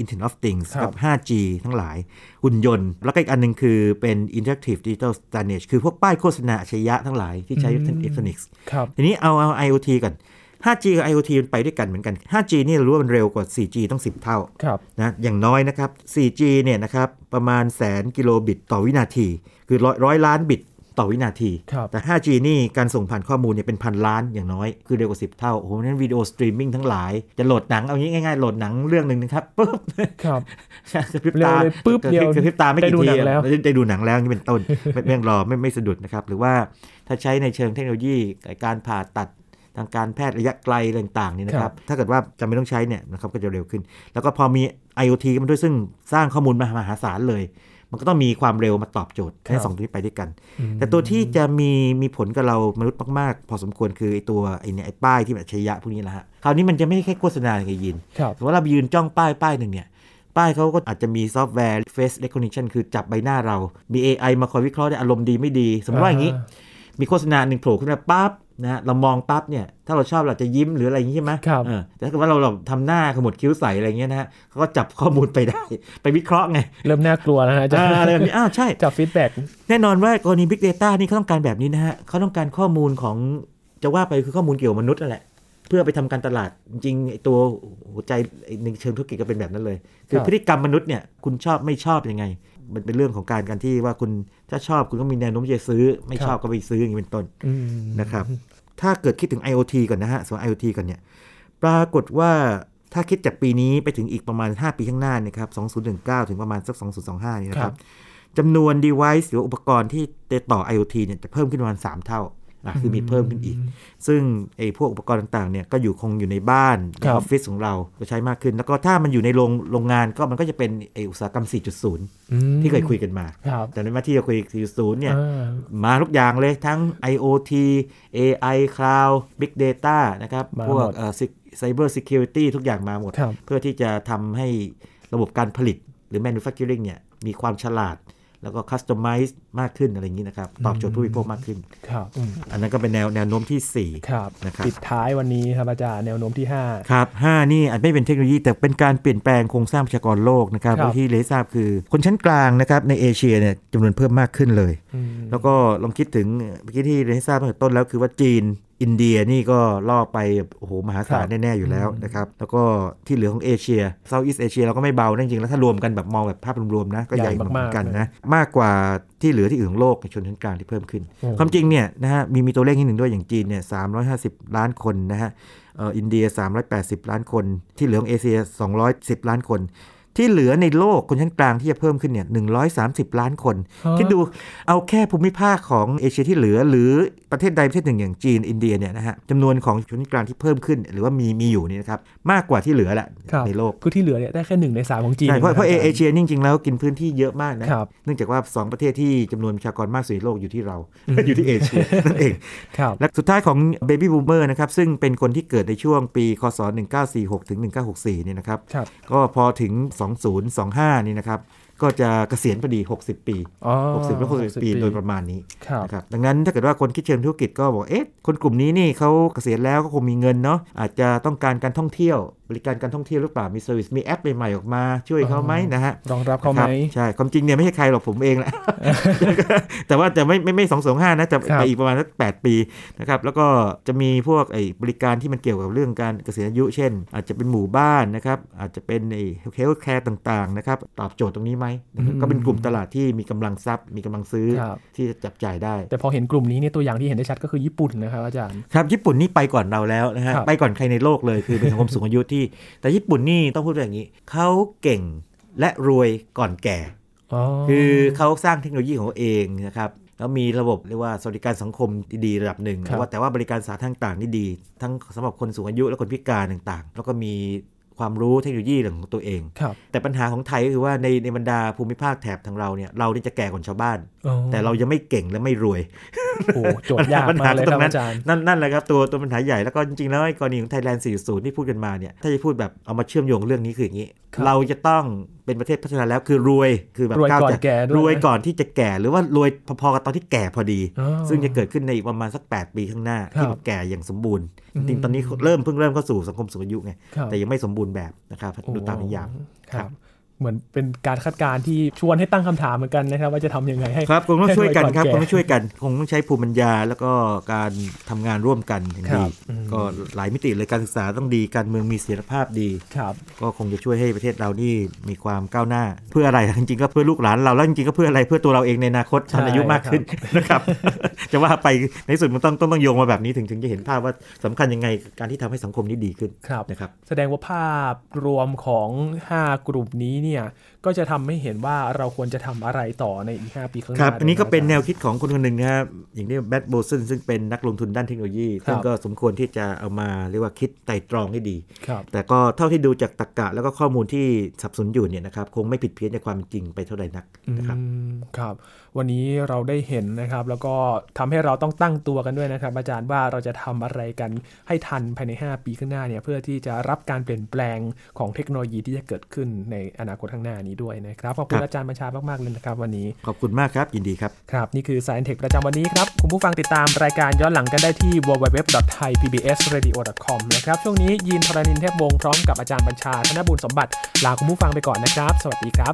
[SPEAKER 2] Internet of Things
[SPEAKER 1] ครั
[SPEAKER 2] กับ บ 5G ทั้งหลาย หุ่นยนต์ แล้วก็อีกอันหนึงคือเป็น Interactive Digital Signage คือพวกป้ายโฆษณาอัจฉริยะทั้งหลายที่ใช้อิเล็กทรอนิกส์
[SPEAKER 1] ครับ
[SPEAKER 2] ทีนี้เอาเอา IoT ก่อน 5G กับ IoT มันไปด้วยกันเหมือนกัน 5G นี่เรารู้ว่ามันเร็วกว่า 4G ต้อง 10 เท่า
[SPEAKER 1] ครับ
[SPEAKER 2] นะอย่างน้อยนะครับ 4G เนี่ยนะครับประมาณแสนกิโลบิตต่อวินาที คือร้อยร้อยล้านบิตต่อวินาที
[SPEAKER 1] ครับ
[SPEAKER 2] แต่ 5G นี่การส่งผ่านข้อมูลเนี่ยเป็นพันล้านอย่างน้อย คือเร็วกว่า 10 เท่า โอ้โหนั่นวิดีโอสตรีมมิ่งทั้งหลาย จะโหลดหนังเอางี้ง่ายๆ โหลดหนังเรื่องหนึ่งนะครับปุ๊บ
[SPEAKER 1] ครับ
[SPEAKER 2] ก ระพริบตา
[SPEAKER 1] เร็วเลยปุ๊บเดียว
[SPEAKER 2] กระพริบตาไม่
[SPEAKER 1] ได้
[SPEAKER 2] กี่
[SPEAKER 1] ดูหนั
[SPEAKER 2] ที
[SPEAKER 1] งแล้ว
[SPEAKER 2] อะได้ดูหนังแล้วอย่างนี่เป็นต้ น ไม่ไม่ต้องรอไม่ไม่สะดุดนะครับ หรือว่าถ้าใช้ในเชิงเทคโนโลยีการผ่าตัดทางการแพทย์ระยะไกลอะไรต่างๆนี่นะครับ ถ้าเกิดว่าจำไม่ต้องใช้เนี่ยนะครับก็จะเร็วขึ้น แล้วก็พอมี IoT เข้ามาด้วยซึ่งสร้างข้อมูลมหาศาลเลย มันก็ต้องมีความเร็วมาตอบโจทย์ให้สองตัวนี้ไปด้วยกัน
[SPEAKER 1] อืม
[SPEAKER 2] แต่ตัวที่จะมีมีผลกับเรามนุษย์มากๆ พอสมควรคือไอตัวไอเนี่ยไอป้ายที่มันอัจฉริยะพวกนี้แหละฮะคราวนี้มันจะไม่ใช่แค่โฆษณาไงยิน
[SPEAKER 1] ครับ
[SPEAKER 2] สมมติว่าเราไปยืนจ้องป้ายป้ายหนึ่งเนี่ย ป้ายเขาก็อาจจะมีซอฟต์แวร์ face recognition คือจับใบหน้าเรา มี AI มาคอยวิเคราะห์ได้อารมณ์ดีไม่ดี สมมติว่าอย่างนี้ มีโฆษณาหนึ่งโผล่ขึ้นมาปั๊บนะฮะเรามองปั๊บเนี่ย ถ้าเราชอบเราจะยิ้มหรืออะไรอย่างนี้ใช่ไหม
[SPEAKER 1] ครับ
[SPEAKER 2] เออแต่ถ้าเกิดว่าเราเราทำหน้าขมวดคิ้วใสอะไรเงี้ยนะฮะเขาก็จับข้อมูลไปได้ ไปวิเคราะห์ไง
[SPEAKER 1] เริ่มน่ากลัวแล้วฮะอาจาร
[SPEAKER 2] อ่า
[SPEAKER 1] ย์
[SPEAKER 2] อะไรแบบนี้อ้าวใช่
[SPEAKER 1] จับฟีดแบ็ก
[SPEAKER 2] แน่นอนว่ากรณี Big Data นี่เขาต้องการแบบนี้นะฮะเขาต้องการข้อมูลของจะว่าไปคือข้อมูลเกี่ยวกับมนุษย์นั่นแหละ เพื่อไปทำการตลาดจริงๆไอ้ตัวหัวใจในเชิงธุรกิจก็เป็นแบบนั้นเลย คือ
[SPEAKER 1] ครับ
[SPEAKER 2] พฤติกรรมมนุษย์เนี่ยคุณชอบไม่ชอบยังไง มันเป็นเรื่องของการการที่ว่าคุณถ้าชอบคุณก็มีแนวโน้มที่จะซื้อ ไม่ชอบก็ไปซื้ออย่างนี้เป็นต้น
[SPEAKER 1] อืม
[SPEAKER 2] นะครับ ถ้าเกิดคิดถึง IoT ก่อนนะฮะส่วน IoT ก่อนเนี่ย ปรากฏว่าถ้าคิดจากปีนี้ไปถึงอีกประมาณ 5 ปีข้างหน้าเนะครับ 2019 ถึงประมาณสัก 2025 นี่นะค
[SPEAKER 1] ครั
[SPEAKER 2] รั
[SPEAKER 1] บบ
[SPEAKER 2] จำนวน device หรือว่าอุปกรณ์ที่ติดต่อ IoT เนี่ยจะเพิ่มขึ้นประมาณ 3 เท่าอ่ะคือมีเพิ่มขึ้นอีก ซึ่งไอ้พวกอุปกรณ์ต่างๆ เนี่ยก็อยู่คงอยู่ในบ้านใน
[SPEAKER 1] ครั
[SPEAKER 2] อบ อฟฟิศของเราก็ใช้มากขึ้น แล้วก็ถ้ามันอยู่ในโรงโรงงานก็มันก็จะเป็นไอ้อุตสาหกรรม 4.0
[SPEAKER 1] อืม
[SPEAKER 2] ที่เคยคุยกันมา
[SPEAKER 1] ครับ
[SPEAKER 2] จำได้ไหมที่เราคุย 4.0 เนี่ย
[SPEAKER 1] อ่า
[SPEAKER 2] มาทุกอย่างเลยทั้ง IoT AI Cloud Big Data นะครับ
[SPEAKER 1] มา
[SPEAKER 2] พว
[SPEAKER 1] ห
[SPEAKER 2] ก
[SPEAKER 1] มด
[SPEAKER 2] เอ่อ Sig- Cyber Security ทุกอย่างมาหมด
[SPEAKER 1] ครับ
[SPEAKER 2] เพื่อที่จะทำให้ระบบการผลิตหรือ manufacturing เนี่ยมีความฉลาด แล้วก็คัสตอมไมซ์มากขึ้นอะไรอย่างนี้นะครับ ตอบโจทย์ผู้บริโภคมากขึ้น
[SPEAKER 1] ครับ
[SPEAKER 2] อันนั้นก็เป็นแนวแนวโน้มทีสี่
[SPEAKER 1] ครับ
[SPEAKER 2] นะครับ
[SPEAKER 1] ปิดท้ายวันนี้ครับอาจารย์แนวโน้มที่
[SPEAKER 2] 4 ครับ 5 นี่อาจไม่เป็นเทคโนโลยี แต่เป็นการเปลี่ยนแปลงโครงสร้างประชากรโลกนะครับ
[SPEAKER 1] ครับ
[SPEAKER 2] ที่เลยทราบคือคนชั้นกลางนะครับในเอเชียเนี่ยจำนวนเพิ่มมากขึ้นเลย
[SPEAKER 1] 5อืม
[SPEAKER 2] แล้วก็ลองคิดถึงเมื่อกี้ที่เรียนให้ทราบตั้งแต่ต้นแล้วคือว่าจีนอินเดียนี่ก็ล่อไปโอ้โหมหาศาลแน่ ๆ อยู่แล้วนะครับ แล้วก็ที่เหลือของเอเชียเซาท์อีสเอเชียเราก็ไม่เบานะจริงๆแล้วถ้ารวมกันแบบมองแบบภาพรวมๆนะก็ใหญ่เหมือนกันนะ มากกว่าที่เหลือที่อื่นของโลกในชนชั้นกลางที่เพิ่มขึ้น ความจริงเนี่ยนะฮะมีมีตัวเลขนิดหนึ่งด้วยอย่างจีนเนี่ย350 ล้านคนนะฮะเอ่ออินเดีย 380 ล้านคน ที่เหลือของเอเชีย 210 ล้านคน ที่เหลือในโลกคนชั้นกลางที่จะเพิ่มขึ้นเนี่ย130 ล้านคน คิดดูเอาแค่ภูมิภาคของเอเชียที่เหลือ หรือประเทศใดประเทศหนึ่งอย่างจีนอินเดียเนี่ยนะฮะจำนวนของชนชั้นกลางที่เพิ่มขึ้น หรือว่ามีมีอยู่เนี่ยนะครับมากกว่าที่เหลือแหละ
[SPEAKER 1] ครับ
[SPEAKER 2] ในโลก
[SPEAKER 1] คือที่เหลือเนี่ยได้แค่หนึ่งในสามของจีน
[SPEAKER 2] ใช่เพราะเพราะ
[SPEAKER 1] น
[SPEAKER 2] เอ
[SPEAKER 1] คบ
[SPEAKER 2] เอเชียจริงๆแล้วกินพื้นที่เยอะมากนะ
[SPEAKER 1] ครับ
[SPEAKER 2] เนื่องจากว่า 2 ประเทศที่จำนวนประชากรมากสุดในโลกอยู่ที่เรา
[SPEAKER 1] อืม
[SPEAKER 2] อยู่ที่เอเชี ยนั่นเอง
[SPEAKER 1] ครับ
[SPEAKER 2] และสุดท้ายของ Baby Boomer นะครับ ซึ่งเป็นคนที่เกิดในช่วงปี คศ 1946 ถึง 1964 เนี่ยนะครับ
[SPEAKER 1] ครับ
[SPEAKER 2] ก็พอถึง 2025 นี่นะครับ ก็จะเกษียณพอดี 60 ปี
[SPEAKER 1] อ๋อ
[SPEAKER 2] 60หรือ61 ปีโดยประมาณนี้
[SPEAKER 1] ครับ
[SPEAKER 2] นะครับดังนั้นถ้าเกิดว่าคนคิดเชิงธุรกิจก็บอก เอ๊ะ คนกลุ่มนี้นี่เขาเกษียณแล้วก็คงมีเงินเนาะอาจจะต้องการการท่องเที่ยว บริการการท่องเที่ยวหรือเปล่ามีเซอร์วิสมีแอปใหม่ๆออกมาช่วยเขาไหมนะฮะ
[SPEAKER 1] รองรับเขาไหม
[SPEAKER 2] ครับใช่ ความจริงเนี่ยไม่ใช่ใครหรอกผมเองแหละ แต่ว่าจะไม่ไม่ไม่สองสองห้านะ จะ
[SPEAKER 1] ครับ
[SPEAKER 2] ไปอีกประมาณสักแปดปีนะครับ แล้วก็จะมีพวกไอ้บริการที่มันเกี่ยวกับเรื่องการเกษียณอายุ เช่น อาจจะเป็นหมู่บ้านนะครับ อาจจะเป็นไอ้เฮลท์แคร์ต่าง ๆ นะครับ ตอบโจทย์ตรงนี้ไหมนะครับก็เป็นกลุ่มตลาดที่มีกำลังทรัพย์ มีกำลังซื้อ
[SPEAKER 1] ครับ
[SPEAKER 2] ที่จะจับจ่ายได้
[SPEAKER 1] แต่พอเห็นกลุ่มนี้เนี่ยตัวอย่างที่เห็นได้ชัดก็คือญี่ปุ่นนะครับอาจารย์
[SPEAKER 2] ครับญี่ปุ่นนี่ไปก่อนเราแล้วนะฮะ
[SPEAKER 1] ครับ
[SPEAKER 2] ไปก่อนใครในโลกเลยคือเป็นสังคมสูงอายุที่ แต่ญี่ปุ่นนี่ต้องพูดว่าอย่างนี้เขาเก่งและรวยก่อนแก่ คือเขาสร้างเทคโนโลยีของเขาเองนะครับแล้วมีระบบเรียกว่าสวัสดิการสังคมดีๆระดับหนึ่ง
[SPEAKER 1] ครับ
[SPEAKER 2] ว่าแต่ว่าบริการสาธารณะต่างๆนี่ดี ทั้งสำหรับคนสูงอายุและคนพิการต่างๆ แล้วก็มีความรู้เทคโนโลยีเรื่องของตัวเอง
[SPEAKER 1] ครับ
[SPEAKER 2] แต่ปัญหาของไทยก็คือว่าในในบรรดาภูมิภาคแถบทางเราเนี่ยเรานี่จะแก่กว่าชาวบ้าน
[SPEAKER 1] อ๋อ
[SPEAKER 2] แต่เรายังไม่เก่งและไม่รวย
[SPEAKER 1] โอ้โหโจทย์ยากมากเลยครับอาจารย์
[SPEAKER 2] นั่นนั่นแหละครับตัวตัวปัญหาใหญ่แล้วก็จริงๆแล้วไอ้กรณีของไทยแลนด์ 40 ที่พูดกันมาเนี่ยถ้าจะพูดแบบเอามาเชื่อมโยงเรื่องนี้คืออย่างนี้
[SPEAKER 1] ครับ
[SPEAKER 2] เราจะต้องเป็นประเทศพัฒนาแล้วคือรวยคือแบบ
[SPEAKER 1] รวยก่อน
[SPEAKER 2] จะ
[SPEAKER 1] แก่ด้วย
[SPEAKER 2] รวยก่อนที่จะแก่หรือว่ารวยพอๆกับตอนที่แก่พอดี
[SPEAKER 1] อ๋อ
[SPEAKER 2] ซึ่งจะเกิดขึ้นในอีกประมาณสัก 8 ปีข้างหน้า
[SPEAKER 1] ครับ
[SPEAKER 2] ที่แบบแก่อย่างสมบูรณ์
[SPEAKER 1] อืม
[SPEAKER 2] จริงๆตอนนี้เริ่มเพิ่งเริ่มเข้าสู่สังคมสูงอายุไง
[SPEAKER 1] ครับ
[SPEAKER 2] แต่ยังไม่สมบูรณ์แบบนะครับดูตามนิยาม
[SPEAKER 1] ค
[SPEAKER 2] ครั
[SPEAKER 1] รับ บ เหมือนเป็นการคาดการณ์ที่ชวนให้ตั้งคำถามเหมือนกันนะครับ ว่าจะทำยังไงให้
[SPEAKER 2] ครับคงต้องช่วยกันครับ
[SPEAKER 1] ให้รวยก่อน
[SPEAKER 2] ค
[SPEAKER 1] แก่
[SPEAKER 2] งต้องช่วยกันคงต้องใช้ภูมิปัญญาแล้วก็การทำงานร่วมกันอย่างดี
[SPEAKER 1] ครับอืม
[SPEAKER 2] ก็หลายมิติเลยการศึกษาต้องดีการเมืองมีเสถียรภาพดี
[SPEAKER 1] ครับ
[SPEAKER 2] ก็คงจะช่วยให้ประเทศเรานี่มีความก้าวหน้า เพื่ออะไร จริงๆก็เพื่อลูกหลานเราแล้วจริงๆก็เพื่ออะไรเพื่อตัวเราเองในอนาคตทันอายุมากขึ้นนะครับ จะว่าไปในสุดมันต้องต้องต้องโยงมาแบบนี้ถึงถึงจะเห็นภาพว่าสำคัญยังไงกับการที่ทำให้สังคมนี้ดีขึ้น
[SPEAKER 1] ครับ
[SPEAKER 2] นะครับ
[SPEAKER 1] แสดงว่าภาพรวมของ 5 กลุ่มนี้เนี่ยก็จะทำให้เห็นว่าเราควรจะทำอะไรต่อในอีก 5 ปีข้างห
[SPEAKER 2] ค
[SPEAKER 1] น้า
[SPEAKER 2] รับ อันนี้ก็เป็น
[SPEAKER 1] ด้วยะ
[SPEAKER 2] แนวคิดของคนคนหนึ่งนะครับ อย่างนี้แบทโบสันซึ่งเป็นนักลงทุนด้านเทคโนโลยี
[SPEAKER 1] ครับ
[SPEAKER 2] ซึ่งก็สมควรที่จะเอามาเรียกว่าคิดไตร่ตรองให้ดี
[SPEAKER 1] ครับ
[SPEAKER 2] แต่ก็เท่าที่ดูจากตรรกะแล้วก็ข้อมูลที่สับสนอยู่เนี่ยนะครับ คงไม่ผิดเพี้ยนจากความเป็นจริงไปเท่าใดนักนะครับ
[SPEAKER 1] อืมครับ วันนี้เราได้เห็นนะครับ แล้วก็ทำให้เราต้องตั้งตัวกันด้วยนะครับ อาจารย์ว่าเราจะทำอะไรกันให้ทันภายใน 5 ปีข้างหน้าเนี่ยเพื่อที่จะรับการเปลี่ยนแปลงของเทคโนโลยีที่จะเกิดขึ้นในอนาคตข้างหน้านี้ด้วยนะครับขอบคุ
[SPEAKER 2] ครั
[SPEAKER 1] ณ
[SPEAKER 2] บ
[SPEAKER 1] อาจารย์บัญชามากๆเลยนะครับวันนี้
[SPEAKER 2] ขอบคุณมากครับ ยินดีครับ
[SPEAKER 1] ครับ นี่คือ Science Tech ประจำวันนี้ครับ คุณผู้ฟังติดตามรายการย้อนหลังกันได้ที่ www.thaipbsradio.com นะครับ ช่วงนี้ยินทรณินเทพวงศ์พร้อมกับอาจารย์บัญชา ธนบุญสมบัติ ลาคุณผู้ฟังไปก่อนนะครับ สวัสดีครับ